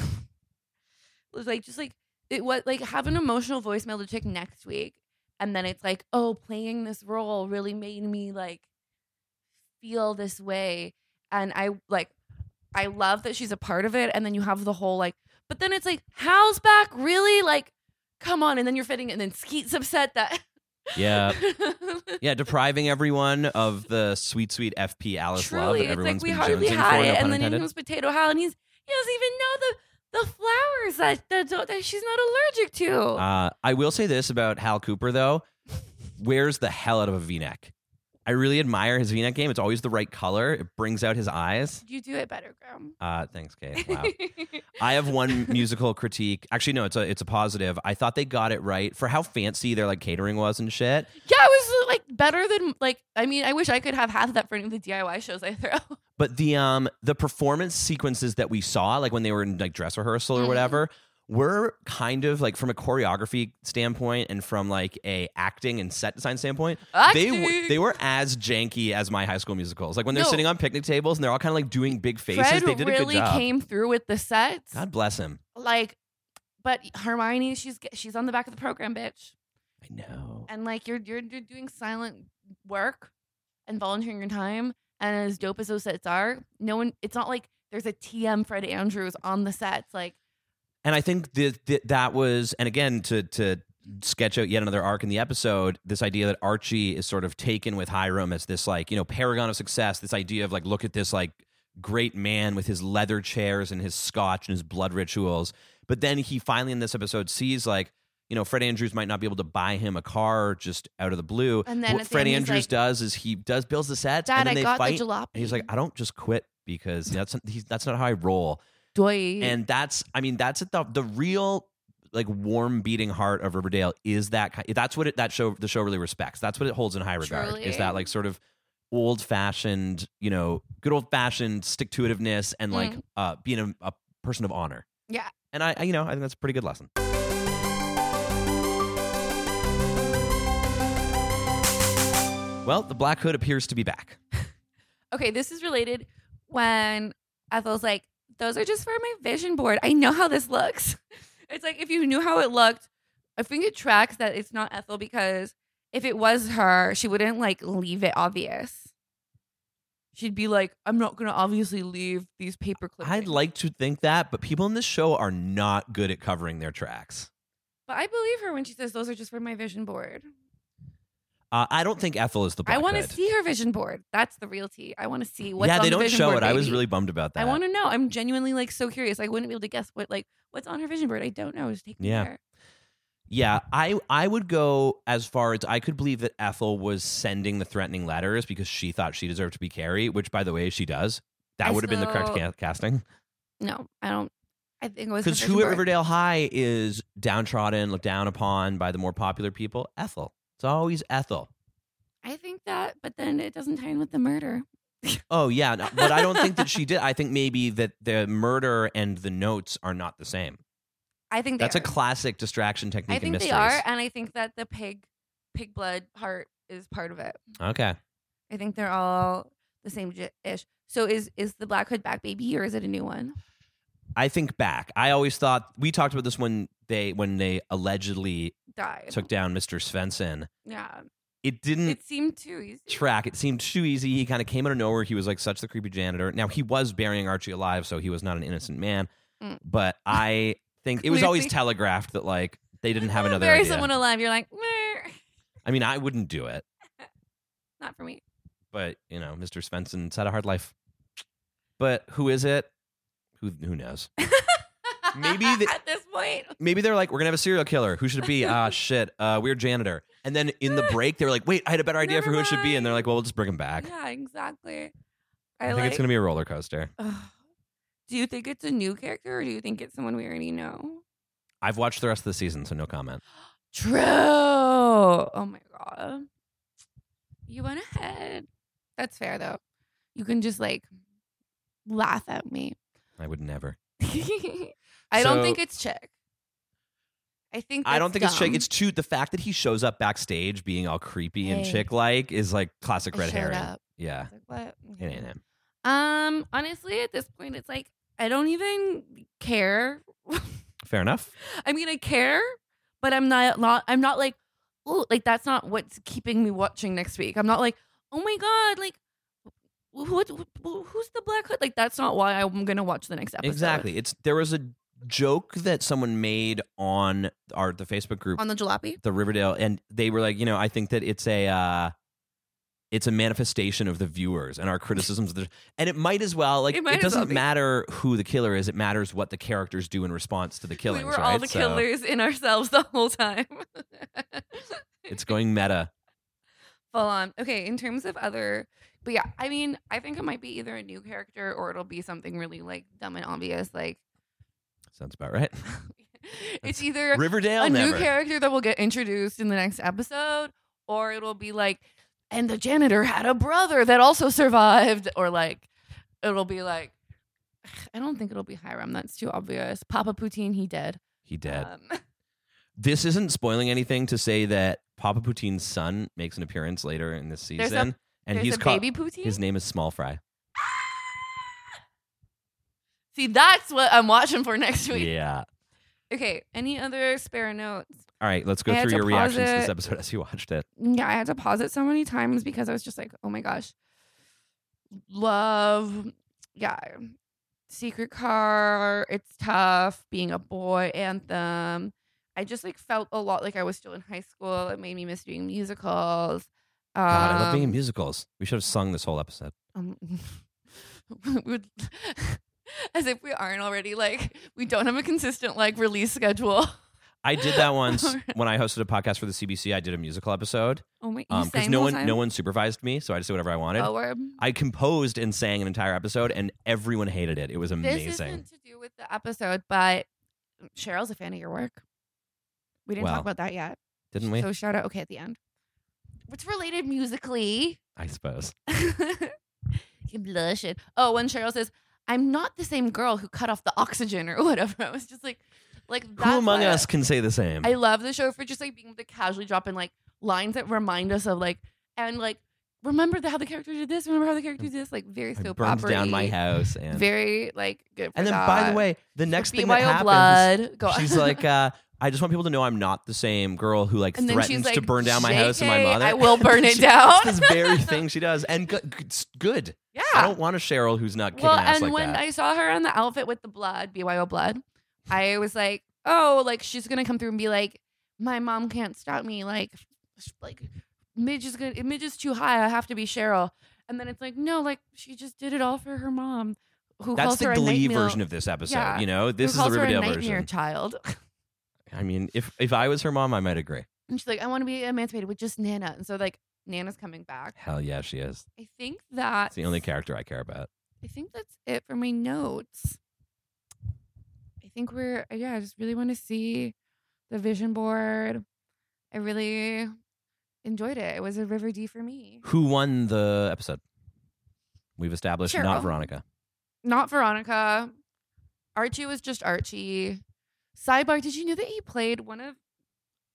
Speaker 3: was like just like it was like have an emotional voicemail to check next week and then it's like oh playing this role really made me like feel this way and i like i love that she's a part of it and then you have the whole like but then it's like how's back really like come on and then you're fitting it and then skeet's upset that
Speaker 2: Yeah. yeah, depriving everyone of the sweet, sweet FP Alice love
Speaker 3: Truly,
Speaker 2: that
Speaker 3: it's
Speaker 2: everyone's
Speaker 3: like we
Speaker 2: been
Speaker 3: hardly
Speaker 2: jonesing
Speaker 3: had
Speaker 2: for. no
Speaker 3: it,
Speaker 2: pun
Speaker 3: and then in
Speaker 2: intended.
Speaker 3: comes Potato Hal, and he's he doesn't even know the the flowers that that, don't- that she's not allergic to.
Speaker 2: Uh, I will say this about Hal Cooper though: wears the hell out of a V-neck. I really admire his V-neck game. It's always the right color. It brings out his eyes.
Speaker 3: you do it better, Graham.
Speaker 2: Uh, thanks, Kate. Wow. I have one musical critique. Actually, no, it's a it's a positive. I thought they got it right for how fancy their like catering was and shit.
Speaker 3: yeah, it was like better than like. I mean, I wish I could have half of that for any of the DIY shows I throw.
Speaker 2: But the um the performance sequences that we saw, like when they were in like dress rehearsal or
Speaker 3: Mhm.
Speaker 2: whatever, were kind of like from a choreography standpoint and from like a acting and set design standpoint, they w-
Speaker 3: Acting.
Speaker 2: they were as janky as my high school musicals. Like when they're
Speaker 3: No.
Speaker 2: sitting on picnic tables and they're all kind of like doing big faces,
Speaker 3: Fred
Speaker 2: they did a good
Speaker 3: really
Speaker 2: job.
Speaker 3: came through with the sets,
Speaker 2: God bless him.
Speaker 3: like. But Hermione, she's she's on the back of the program, bitch,
Speaker 2: I know.
Speaker 3: and like you're you're, you're doing silent work and volunteering your time. And as dope as those sets are, no one. It's not like there's a TM Fred Andrews on the sets, like.
Speaker 2: And I think that that- that was, and again, to to sketch out yet another arc in the episode, this idea that Archie is sort of taken with Hiram as this like you know paragon of success. This idea of like look at this like great man with his leather chairs and his scotch and his blood rituals. But then he finally in this episode sees like. You know, Fred Andrews might not be able to buy him a car just out of the blue.
Speaker 3: And then
Speaker 2: what
Speaker 3: at the
Speaker 2: Fred
Speaker 3: end he's
Speaker 2: Andrews
Speaker 3: like,
Speaker 2: does is he does builds the sets,
Speaker 3: Dad,
Speaker 2: and then
Speaker 3: I
Speaker 2: they
Speaker 3: got
Speaker 2: fight.
Speaker 3: the jalopy.
Speaker 2: and he's like, "I don't just quit because that's he's, that's not how I roll."
Speaker 3: Doy.
Speaker 2: and that's i mean that's at the the real like warm beating heart of Riverdale is that ki- that's what it, that show the show really respects. That's what it holds in high regard. Is
Speaker 3: Truly.
Speaker 2: that like sort of old fashioned, you know, good old fashioned stick to itiveness and like
Speaker 3: Mm.
Speaker 2: uh, being a, a person of honor.
Speaker 3: Yeah.
Speaker 2: and I, I you know I think that's a pretty good lesson. Well, the Black Hood appears to be back.
Speaker 3: okay, this is related when Ethel's like, those are just for my vision board. I know how this looks. It's like if you knew how it looked, I think it tracks that it's not Ethel because if it was her, she wouldn't like leave it obvious. She'd be like, I'm not gonna obviously leave these paper clips.
Speaker 2: I'd like to think that, but people in this show are not good at covering their tracks.
Speaker 3: But I believe her when she says those are just for my vision board.
Speaker 2: Uh, I don't think Ethel is the. Black
Speaker 3: I want to
Speaker 2: Hood.
Speaker 3: see her vision board. That's the real tea. I want to see what's
Speaker 2: yeah,
Speaker 3: on
Speaker 2: they
Speaker 3: the
Speaker 2: don't
Speaker 3: vision
Speaker 2: show
Speaker 3: board,
Speaker 2: it. I was
Speaker 3: baby.
Speaker 2: really bummed about that.
Speaker 3: I want to know. I'm genuinely like so curious. I wouldn't be able to guess what like what's on her vision board. I don't know. Just take me
Speaker 2: Yeah.
Speaker 3: there.
Speaker 2: Yeah, I I would go as far as I could believe that Ethel was sending the threatening letters because she thought she deserved to be Carrie, which by the way she does. That
Speaker 3: I
Speaker 2: would have been the correct
Speaker 3: still-
Speaker 2: ca- casting
Speaker 3: No, I don't. I think it was her
Speaker 2: because
Speaker 3: vision
Speaker 2: who at
Speaker 3: board.
Speaker 2: Riverdale High is downtrodden, looked down upon by the more popular people? Ethel. It's always Ethel.
Speaker 3: I think that, but then it doesn't tie in with the murder.
Speaker 2: Oh yeah, no, but I don't think that she did. I think maybe that the murder and the notes are not the same.
Speaker 3: I think they
Speaker 2: That's a
Speaker 3: are.
Speaker 2: classic distraction technique.
Speaker 3: I
Speaker 2: in
Speaker 3: think
Speaker 2: mysteries.
Speaker 3: they are, and I think that the pig, pig blood part is part of it.
Speaker 2: Okay.
Speaker 3: I think they're all the same j- ish. So is is the Black Hood back, baby, or is it a new one?
Speaker 2: I think back. I always thought we talked about this when they when they allegedly
Speaker 3: Died.
Speaker 2: took down Mr. Svensson.
Speaker 3: yeah,
Speaker 2: It didn't
Speaker 3: it seemed too easy.
Speaker 2: track. It seemed too easy. He kind of came out of nowhere. He was like such the creepy janitor. Now he was burying Archie alive, so he was not an innocent man.
Speaker 3: Mm.
Speaker 2: But I think it was always
Speaker 3: Clearly.
Speaker 2: telegraphed that like they didn't have
Speaker 3: Oh,
Speaker 2: another
Speaker 3: bury
Speaker 2: idea.
Speaker 3: someone alive. You're like, "Meh,
Speaker 2: I mean, I wouldn't do it,
Speaker 3: not for me.
Speaker 2: but you know, Mr. Svensson had a hard life. But who is it? Who who knows? Maybe the-
Speaker 3: at this point,
Speaker 2: Maybe they're like, we're gonna have a serial killer. Who should it be? ah, shit. Uh, we're janitor. And then in the break, they were like, wait, I had a better idea
Speaker 3: Never
Speaker 2: for who it should be. And they're like, well, we'll just bring him back.
Speaker 3: yeah, exactly.
Speaker 2: I,
Speaker 3: I,
Speaker 2: think
Speaker 3: like,
Speaker 2: it's gonna be a roller coaster.
Speaker 3: Ugh. Do you think it's a new character, or do you think it's someone we already know?
Speaker 2: I've watched the rest of the season, so no comment.
Speaker 3: True. Oh my god. You went ahead. That's fair though. You can just like laugh at me.
Speaker 2: I would never.
Speaker 3: I
Speaker 2: So-
Speaker 3: don't think it's Chick. I think
Speaker 2: I don't
Speaker 3: that's
Speaker 2: think it's chick.
Speaker 3: dumb.
Speaker 2: It's too the fact that he shows up backstage being all creepy and
Speaker 3: Hey.
Speaker 2: chick like is like classic
Speaker 3: I
Speaker 2: red
Speaker 3: showed
Speaker 2: herring.
Speaker 3: up.
Speaker 2: Yeah,
Speaker 3: It's Like, what?
Speaker 2: it ain't him.
Speaker 3: Um, honestly, at this point, it's like I don't even care.
Speaker 2: Fair enough.
Speaker 3: I mean, I care, but I'm not, not I'm not like, oh, like that's not what's keeping me watching next week. I'm not like, oh my god, like, who, who, who- who's the Black Hood? Like, that's not why I'm gonna watch the next episode.
Speaker 2: Exactly. It's there was a joke that someone made on our the Facebook group,
Speaker 3: On the jalopy.
Speaker 2: the Riverdale, and they were like, you know, I think that it's a. uh it's a manifestation of the viewers and our criticisms of the and it might as well like
Speaker 3: It
Speaker 2: it,
Speaker 3: might as well
Speaker 2: doesn't
Speaker 3: be.
Speaker 2: matter who the killer is it matters what the characters do in response to the killings
Speaker 3: we were
Speaker 2: right
Speaker 3: all the
Speaker 2: So
Speaker 3: killers in ourselves the whole time.
Speaker 2: it's going meta
Speaker 3: full on. Okay, in terms of other, but yeah, I mean, I think it might be either a new character or it'll be something really like dumb and obvious. Like,
Speaker 2: sounds about right
Speaker 3: it's either
Speaker 2: Riverdale
Speaker 3: a
Speaker 2: never
Speaker 3: new character that will get introduced in the next episode, or it'll be like, and the janitor had a brother that also survived, or like, it'll be like, I don't think it'll be Hiram. That's too obvious. Papa Poutine, he dead.
Speaker 2: he dead
Speaker 3: Um,
Speaker 2: this isn't spoiling anything to say that Papa Poutine's son makes an appearance later in this
Speaker 3: There's a-
Speaker 2: season, and
Speaker 3: there's
Speaker 2: he's
Speaker 3: a
Speaker 2: called.
Speaker 3: baby Poutine.
Speaker 2: His name is Small Fry.
Speaker 3: See, that's what I'm watching for next week.
Speaker 2: Yeah.
Speaker 3: Okay. Any other spare notes?
Speaker 2: All right, let's go
Speaker 3: I had
Speaker 2: through
Speaker 3: to
Speaker 2: your
Speaker 3: pause
Speaker 2: reactions to this
Speaker 3: it.
Speaker 2: episode as you watched it.
Speaker 3: yeah, I had to pause it so many times because I was just like, oh my gosh, love, yeah, secret car, it's tough, being a boy anthem. I just like felt a lot like I was still in high school. It made me miss doing musicals. Um,
Speaker 2: God, I love being in musicals. We should have sung this whole episode.
Speaker 3: um, we um, would, as if we aren't already like we don't have a consistent like release schedule.
Speaker 2: I did that once
Speaker 3: All right.
Speaker 2: when I hosted a podcast for the CBC. I did a musical episode
Speaker 3: Oh my, you
Speaker 2: because
Speaker 3: sang
Speaker 2: Um, no
Speaker 3: the
Speaker 2: one
Speaker 3: whole
Speaker 2: no
Speaker 3: time?
Speaker 2: one supervised me, so I just did whatever I wanted.
Speaker 3: Oh, we're-
Speaker 2: I composed and sang an entire episode, and everyone hated it. It was
Speaker 3: This
Speaker 2: amazing.
Speaker 3: isn't to do with the episode, but mm, Cheryl's a fan of your work. We didn't
Speaker 2: Well,
Speaker 3: talk about that yet.
Speaker 2: Didn't we?
Speaker 3: So shout out. Okay, at the end. What's related musically?
Speaker 2: I suppose.
Speaker 3: you blush it. Oh, when Cheryl says, "I'm not the same girl who cut off the oxygen" or whatever. I was just like, like that's
Speaker 2: Who among
Speaker 3: why
Speaker 2: us can say the same?
Speaker 3: I love the show for just like being able to casually drop in like lines that remind us of like and like remember the, how the character did this. Remember how the character did this. Like very
Speaker 2: I
Speaker 3: soap
Speaker 2: burned
Speaker 3: opera.
Speaker 2: Mm. down my house and
Speaker 3: Very like good. For
Speaker 2: and then by
Speaker 3: that.
Speaker 2: the way, the
Speaker 3: For
Speaker 2: next thing
Speaker 3: BYO
Speaker 2: that happens,
Speaker 3: blood. Go
Speaker 2: she's
Speaker 3: on.
Speaker 2: like, uh, I just want people to know I'm not the same girl who like
Speaker 3: And then she's
Speaker 2: threatens to
Speaker 3: like,
Speaker 2: burn down my house and my
Speaker 3: "JK,
Speaker 2: mother.
Speaker 3: I will burn it
Speaker 2: She-
Speaker 3: down.
Speaker 2: It's this very thing she does, and good. good.
Speaker 3: yeah.
Speaker 2: I don't want a Cheryl who's not kicking
Speaker 3: well,
Speaker 2: ass
Speaker 3: and
Speaker 2: like
Speaker 3: when
Speaker 2: that.
Speaker 3: I saw her on the outfit with the blood, BYO blood, I was like, oh, like she's gonna come through and be like, my mom can't stop me. Like, sh- like Midge is gonna Midge is too high. I have to be Cheryl. And then it's like, no, like she just did it all for her mom, who
Speaker 2: That's
Speaker 3: calls
Speaker 2: the
Speaker 3: her
Speaker 2: Glee
Speaker 3: a nightmare-
Speaker 2: version of this episode.
Speaker 3: Yeah.
Speaker 2: You know, this
Speaker 3: who
Speaker 2: is the
Speaker 3: calls her
Speaker 2: Riverdale
Speaker 3: a nightmare
Speaker 2: version.
Speaker 3: child.
Speaker 2: I mean, if if I was her mom, I might agree.
Speaker 3: And she's like, I want to be emancipated with just Nana. And so like Nana's coming back.
Speaker 2: Hell yeah, she is.
Speaker 3: I think that
Speaker 2: It's the only character I care about.
Speaker 3: I think that's it for my notes. I think we're uh, yeah, I just really want to see the vision board. I really enjoyed it. It was a river D for me.
Speaker 2: Who won the episode? We've established
Speaker 3: Cheryl.
Speaker 2: not Veronica.
Speaker 3: Not Veronica. Archie was just Archie. Sidebar, did you know that he played one of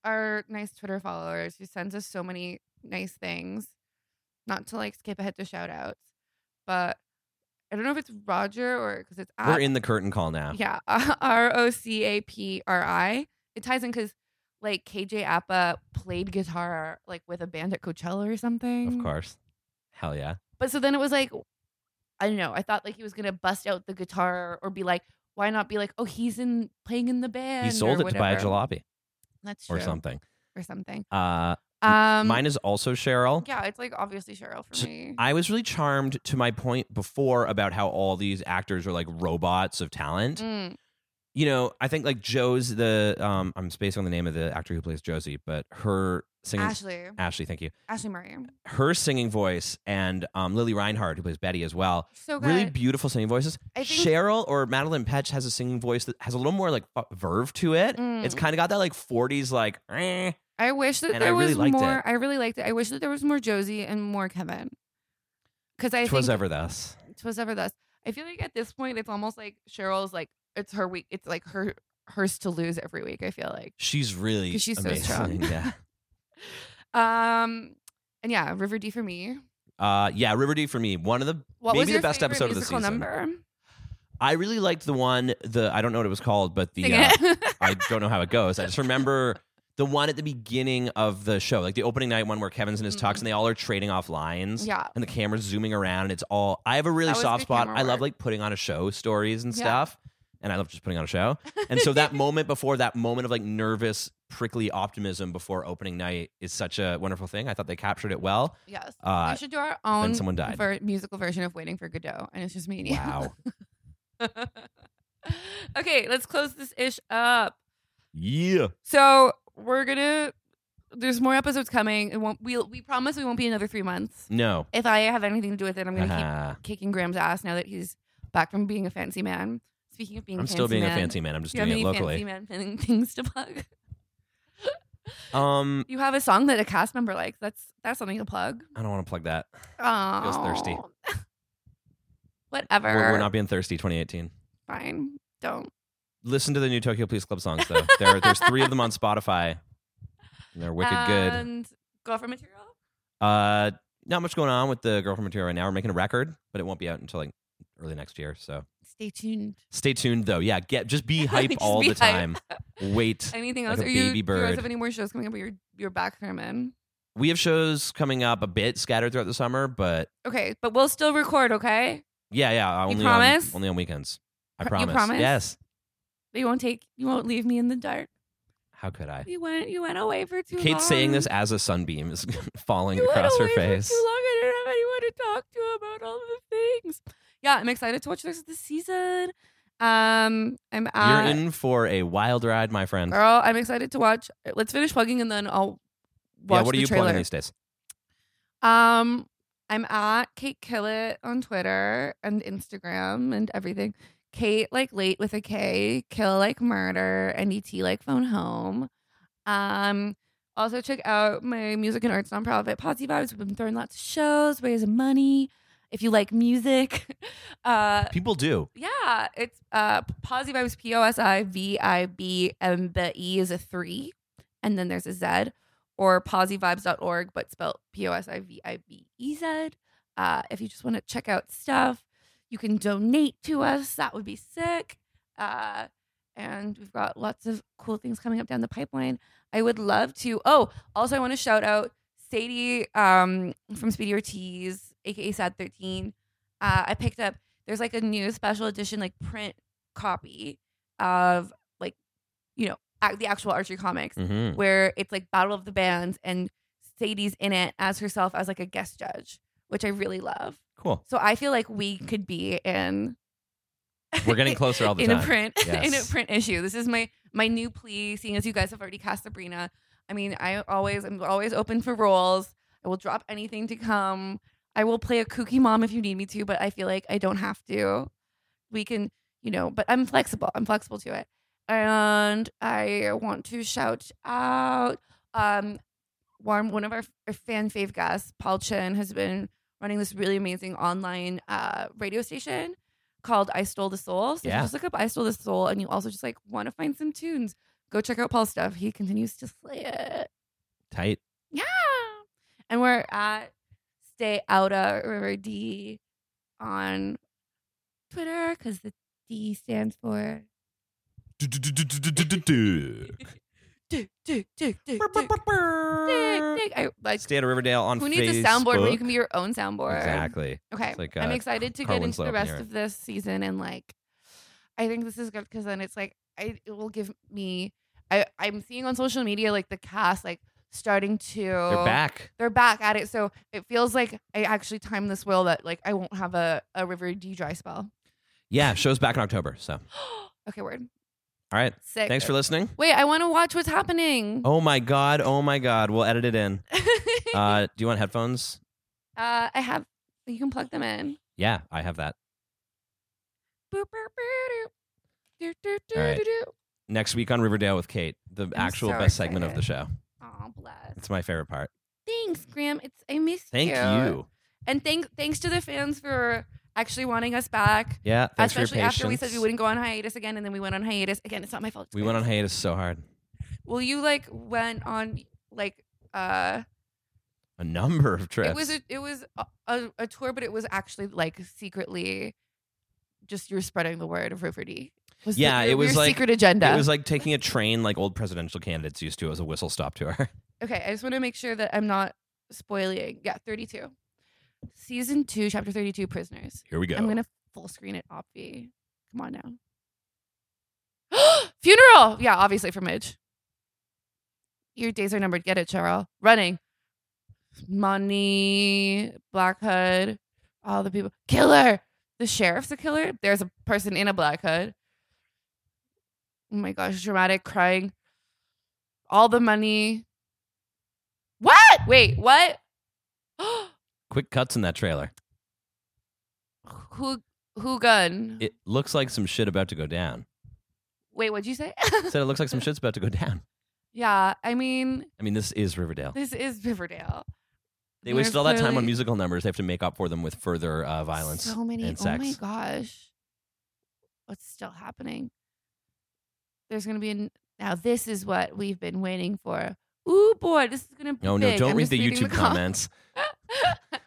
Speaker 3: our nice Twitter followers who sends us so many nice things? Not to like skip ahead to shout outs, but I don't know if it's Roger or because it's
Speaker 2: We're
Speaker 3: at-
Speaker 2: in the curtain call now.
Speaker 3: Uh, Yeah, R O C A P R I. It ties in because like KJ Appa played guitar like with a band at Coachella or something.
Speaker 2: Of course. Hell yeah.
Speaker 3: But so then it was like, I don't know. I thought like he was gonna bust out the guitar or be like, why not be like, oh, he's in playing in the band.
Speaker 2: He sold
Speaker 3: or
Speaker 2: it to buy a
Speaker 3: whatever.
Speaker 2: jalopy
Speaker 3: That's true.
Speaker 2: or something.
Speaker 3: Or something.
Speaker 2: Uh,
Speaker 3: Um,
Speaker 2: mine is also Cheryl.
Speaker 3: yeah, it's like obviously Cheryl for
Speaker 2: So
Speaker 3: me.
Speaker 2: I was really charmed to my point before about how all these actors are like robots of talent.
Speaker 3: Mm,
Speaker 2: You know, I think like Joe's the um I'm spacing on the name of the actor who plays Josie, but her singing
Speaker 3: Ashley,
Speaker 2: Ashley, thank you.
Speaker 3: Ashley Murray,
Speaker 2: Her singing voice and um, Lily Reinhardt, who plays Betty as well,
Speaker 3: so Oh, good.
Speaker 2: really beautiful singing voices.
Speaker 3: I think-
Speaker 2: Cheryl or Madeline Petch has a singing voice that has a little more like fu- verve to it.
Speaker 3: Mm.
Speaker 2: It's kind of got that like 40s like eh.
Speaker 3: I wish that
Speaker 2: And I
Speaker 3: there
Speaker 2: really
Speaker 3: was
Speaker 2: liked
Speaker 3: more.
Speaker 2: it.
Speaker 3: I really liked it. I wish that there was more Josie and more Kevin. Because I
Speaker 2: twas
Speaker 3: think
Speaker 2: ever thus.
Speaker 3: twas ever thus. I feel like at this point it's almost like Cheryl's like it's her week. It's like her hers to lose every week. I feel like.
Speaker 2: She's really
Speaker 3: 'Cause she's so
Speaker 2: amazing.
Speaker 3: strong.
Speaker 2: yeah.
Speaker 3: Um and yeah, River D for me.
Speaker 2: Uh, yeah, River D for me. One of the
Speaker 3: What was
Speaker 2: Maybe
Speaker 3: your
Speaker 2: the best
Speaker 3: favorite
Speaker 2: episode of the
Speaker 3: musical
Speaker 2: season.
Speaker 3: number?
Speaker 2: I really liked the one the I don't know what it was called, but the
Speaker 3: Sing
Speaker 2: uh,
Speaker 3: it.
Speaker 2: I don't know how it goes. I just remember the one at the beginning of the show, like the opening night one where Kevin's in his tux
Speaker 3: Mhm.
Speaker 2: and they all are trading off lines.
Speaker 3: yeah.
Speaker 2: And the camera's zooming around and it's all I have a really
Speaker 3: That was
Speaker 2: soft
Speaker 3: good
Speaker 2: spot.
Speaker 3: camera
Speaker 2: I love
Speaker 3: work.
Speaker 2: like putting on a show stories and
Speaker 3: Yeah.
Speaker 2: stuff. And I love just putting on a show. And so that moment before that moment of like nervous, prickly optimism before opening night is such a wonderful thing. I thought they captured it well.
Speaker 3: Yes.
Speaker 2: Uh,
Speaker 3: we should do our own
Speaker 2: someone died.
Speaker 3: ver- musical version of Waiting for Godot, and it's just me and you.
Speaker 2: Wow.
Speaker 3: okay, let's close this ish up.
Speaker 2: Yeah.
Speaker 3: So we're gonna. There's more episodes coming. It won't. We will we promise we won't be another three months.
Speaker 2: No.
Speaker 3: If I have anything to do with it, I'm gonna
Speaker 2: Ah.
Speaker 3: keep kicking Graham's ass now that he's back from being a fancy man. Speaking of being,
Speaker 2: I'm
Speaker 3: fancy
Speaker 2: still being
Speaker 3: man,
Speaker 2: a fancy man. I'm just
Speaker 3: Do you have
Speaker 2: doing it
Speaker 3: any
Speaker 2: locally.
Speaker 3: fancy man thing- things to plug?
Speaker 2: Um,
Speaker 3: You have a song that a cast member likes. That's that's something to plug.
Speaker 2: I don't want to plug that.
Speaker 3: Oh,
Speaker 2: thirsty.
Speaker 3: Whatever.
Speaker 2: We're, we're not being thirsty. 2018.
Speaker 3: fine. Don't.
Speaker 2: Listen to the new Tokyo Police Club songs though. there, there's three of them on Spotify. And they're wicked good.
Speaker 3: And go for material.
Speaker 2: Uh, not much going on with the girlfriend material right now. We're making a record, but it won't be out until like early next year. So
Speaker 3: Stay tuned.
Speaker 2: stay tuned though. Yeah, get just be hype
Speaker 3: Just
Speaker 2: all
Speaker 3: be
Speaker 2: the
Speaker 3: hype.
Speaker 2: time. Wait.
Speaker 3: Anything
Speaker 2: Like
Speaker 3: else?
Speaker 2: a
Speaker 3: Are you,
Speaker 2: baby
Speaker 3: Do you
Speaker 2: bird.
Speaker 3: guys have any more shows coming up? But you're you're back, Herman.
Speaker 2: We have shows coming up a bit scattered throughout the summer, but
Speaker 3: Okay, but we'll still record. Okay,
Speaker 2: yeah, yeah. Only
Speaker 3: promise?
Speaker 2: On, only on weekends. I
Speaker 3: Pr- you
Speaker 2: promise.
Speaker 3: promise?
Speaker 2: Yes.
Speaker 3: you won't take. You won't leave me in the dark.
Speaker 2: How could I?
Speaker 3: You went. You went away for too long.
Speaker 2: Kate's saying this as a sunbeam is falling
Speaker 3: You went
Speaker 2: across her
Speaker 3: away for
Speaker 2: face.
Speaker 3: too long. I didn't have anyone to talk to about all the things. Yeah, I'm excited to watch the rest of the season. Um, I'm
Speaker 2: You're
Speaker 3: at
Speaker 2: in for a wild ride, my friend.
Speaker 3: girl. I'm excited to watch. Let's finish plugging and then I'll watch
Speaker 2: yeah, what
Speaker 3: the
Speaker 2: are you
Speaker 3: trailer.
Speaker 2: plugging these days?
Speaker 3: Um, I'm at Kate Killett on Twitter and Instagram and everything. Kate like late with a K, kill like murder, and ET like phone home. Um, also check out my music and arts nonprofit Posse Vibes. We've been throwing lots of shows, raising money. If you like music, uh,
Speaker 2: People do.
Speaker 3: yeah, it's uh Posi Vibes P O S I V I B M B E is a three, and then there's a Z. or posivibes.org, but spelled P O S I V I B E Z. Uh, if you just want to check out stuff, you can donate to us. That would be sick. Uh, and we've got lots of cool things coming up down the pipeline. I would love to. Oh, also, I want to shout out Sadie um, from Speedy Ortiz, aka Sad 13. Uh, I picked up, there's like a new special edition, like print copy of like, you know, ac- the actual Archie comics
Speaker 2: Mm-hmm.
Speaker 3: where it's like Battle of the Bands and Sadie's in it as herself as like a guest judge, which I really love.
Speaker 2: Cool.
Speaker 3: So I feel like we could be in
Speaker 2: Mm. We're getting closer all the
Speaker 3: in
Speaker 2: time.
Speaker 3: a print in a
Speaker 2: Yes.
Speaker 3: print issue. This is my my new plea, seeing as you guys have already cast Sabrina. I mean, I always I'm always open for roles. I will drop anything to come. I will play a kooky mom if you need me to, but I feel like I don't have to. We can, you know, but I'm flexible. I'm flexible to it. And I want to shout out um one one of our f- fan fave guests, Paul Chen, has been running this really amazing online uh radio station called I Stole the Soul. So if you
Speaker 2: Yeah.
Speaker 3: just look up I Stole the Soul and you also just like want to find some tunes, go check out Paul's stuff. He continues to slay it.
Speaker 2: Tight.
Speaker 3: Yeah. And we're at Stay Outa River D on Twitter because the D stands for Dick, Dick, Dick, Dick, Dick, Dick. I like
Speaker 2: Stay out of Riverdale on
Speaker 3: who
Speaker 2: Facebook.
Speaker 3: needs a soundboard when you can be your own soundboard?
Speaker 2: Exactly.
Speaker 3: Okay.
Speaker 2: It's like,
Speaker 3: I'm
Speaker 2: uh,
Speaker 3: excited to
Speaker 2: Carl
Speaker 3: get into
Speaker 2: Winslow
Speaker 3: the
Speaker 2: up in
Speaker 3: rest
Speaker 2: the air.
Speaker 3: of this season and like I think this is good because then it's like I it will give me I, I'm seeing on social media like the cast like starting to
Speaker 2: They're back.
Speaker 3: they're back at it. So it feels like I actually timed this well that like I won't have a, a river D dry spell.
Speaker 2: Yeah, show's back in October. So, all
Speaker 3: okay, word.
Speaker 2: right.
Speaker 3: Sick.
Speaker 2: Thanks for listening.
Speaker 3: Wait, I want to watch what's happening.
Speaker 2: Oh my god. Oh my god. We'll edit it in. Uh, do you want headphones?
Speaker 3: uh, I have. You can plug them in.
Speaker 2: Yeah, I have that.
Speaker 3: Boop, boop, boop, doop. Doo, doo, doo,
Speaker 2: All right.
Speaker 3: doo, doo.
Speaker 2: Next week on Riverdale with Kate, the actual
Speaker 3: so
Speaker 2: best segment of the show.
Speaker 3: Aw, bless.
Speaker 2: It's my favorite part.
Speaker 3: Thanks, Graham. It's I miss
Speaker 2: Thank
Speaker 3: you.
Speaker 2: you.
Speaker 3: And thank thanks to the fans for actually wanting us back.
Speaker 2: Yeah, thanks for
Speaker 3: Especially
Speaker 2: your
Speaker 3: after we
Speaker 2: patience.
Speaker 3: said we wouldn't go on hiatus again, and then we went on hiatus again. It's not my fault.
Speaker 2: We went on hiatus so hard.
Speaker 3: Well, you like went on like uh
Speaker 2: A number of trips.
Speaker 3: It was a, it was a, a, a tour, but it was actually like secretly, just you're spreading the word of Riverdale. Was the-
Speaker 2: Yeah,
Speaker 3: your-
Speaker 2: it was
Speaker 3: your
Speaker 2: like-
Speaker 3: secret agenda.
Speaker 2: It was like taking a train like old presidential candidates used to as a whistle stop tour.
Speaker 3: okay, I just want to make sure that I'm not spoiling. Yeah, 32, season two, chapter 32, prisoners.
Speaker 2: Here we go.
Speaker 3: I'm gonna full screen it, Opvi. Come on now. Funeral. Yeah, obviously for Midge. Your days are numbered. Get it, Cheryl. Running. Money. Black Hood. All the people. Killer. The sheriff's a killer. There's a person in a black hood. Oh my gosh, dramatic crying. All the money. What? Wait, what?
Speaker 2: Quick cuts in that trailer.
Speaker 3: who who gun?
Speaker 2: It looks like some shit about to go down.
Speaker 3: Wait, what'd you say?
Speaker 2: Said it looks like some shit's about to go down.
Speaker 3: yeah, I mean,
Speaker 2: I mean, this is Riverdale.
Speaker 3: this is Riverdale.
Speaker 2: They wasted all that time on
Speaker 3: Clearly-
Speaker 2: musical numbers. They have to make up for them with further uh, violence
Speaker 3: So many.
Speaker 2: and
Speaker 3: Oh my
Speaker 2: sex.
Speaker 3: gosh, what's still happening? There's gonna be an, now. This is what we've been waiting for. Ooh boy, this is gonna be.
Speaker 2: no, Oh, no,
Speaker 3: big.
Speaker 2: don't
Speaker 3: I'm
Speaker 2: read
Speaker 3: just
Speaker 2: the
Speaker 3: reading
Speaker 2: YouTube
Speaker 3: com-
Speaker 2: comments.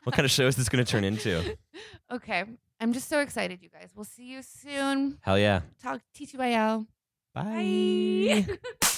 Speaker 2: What kind of show is this going to turn into?
Speaker 3: okay, I'm just so excited, you guys. We'll see you soon.
Speaker 2: Hell yeah.
Speaker 3: Talk T2YL.
Speaker 2: Bye.
Speaker 3: Bye.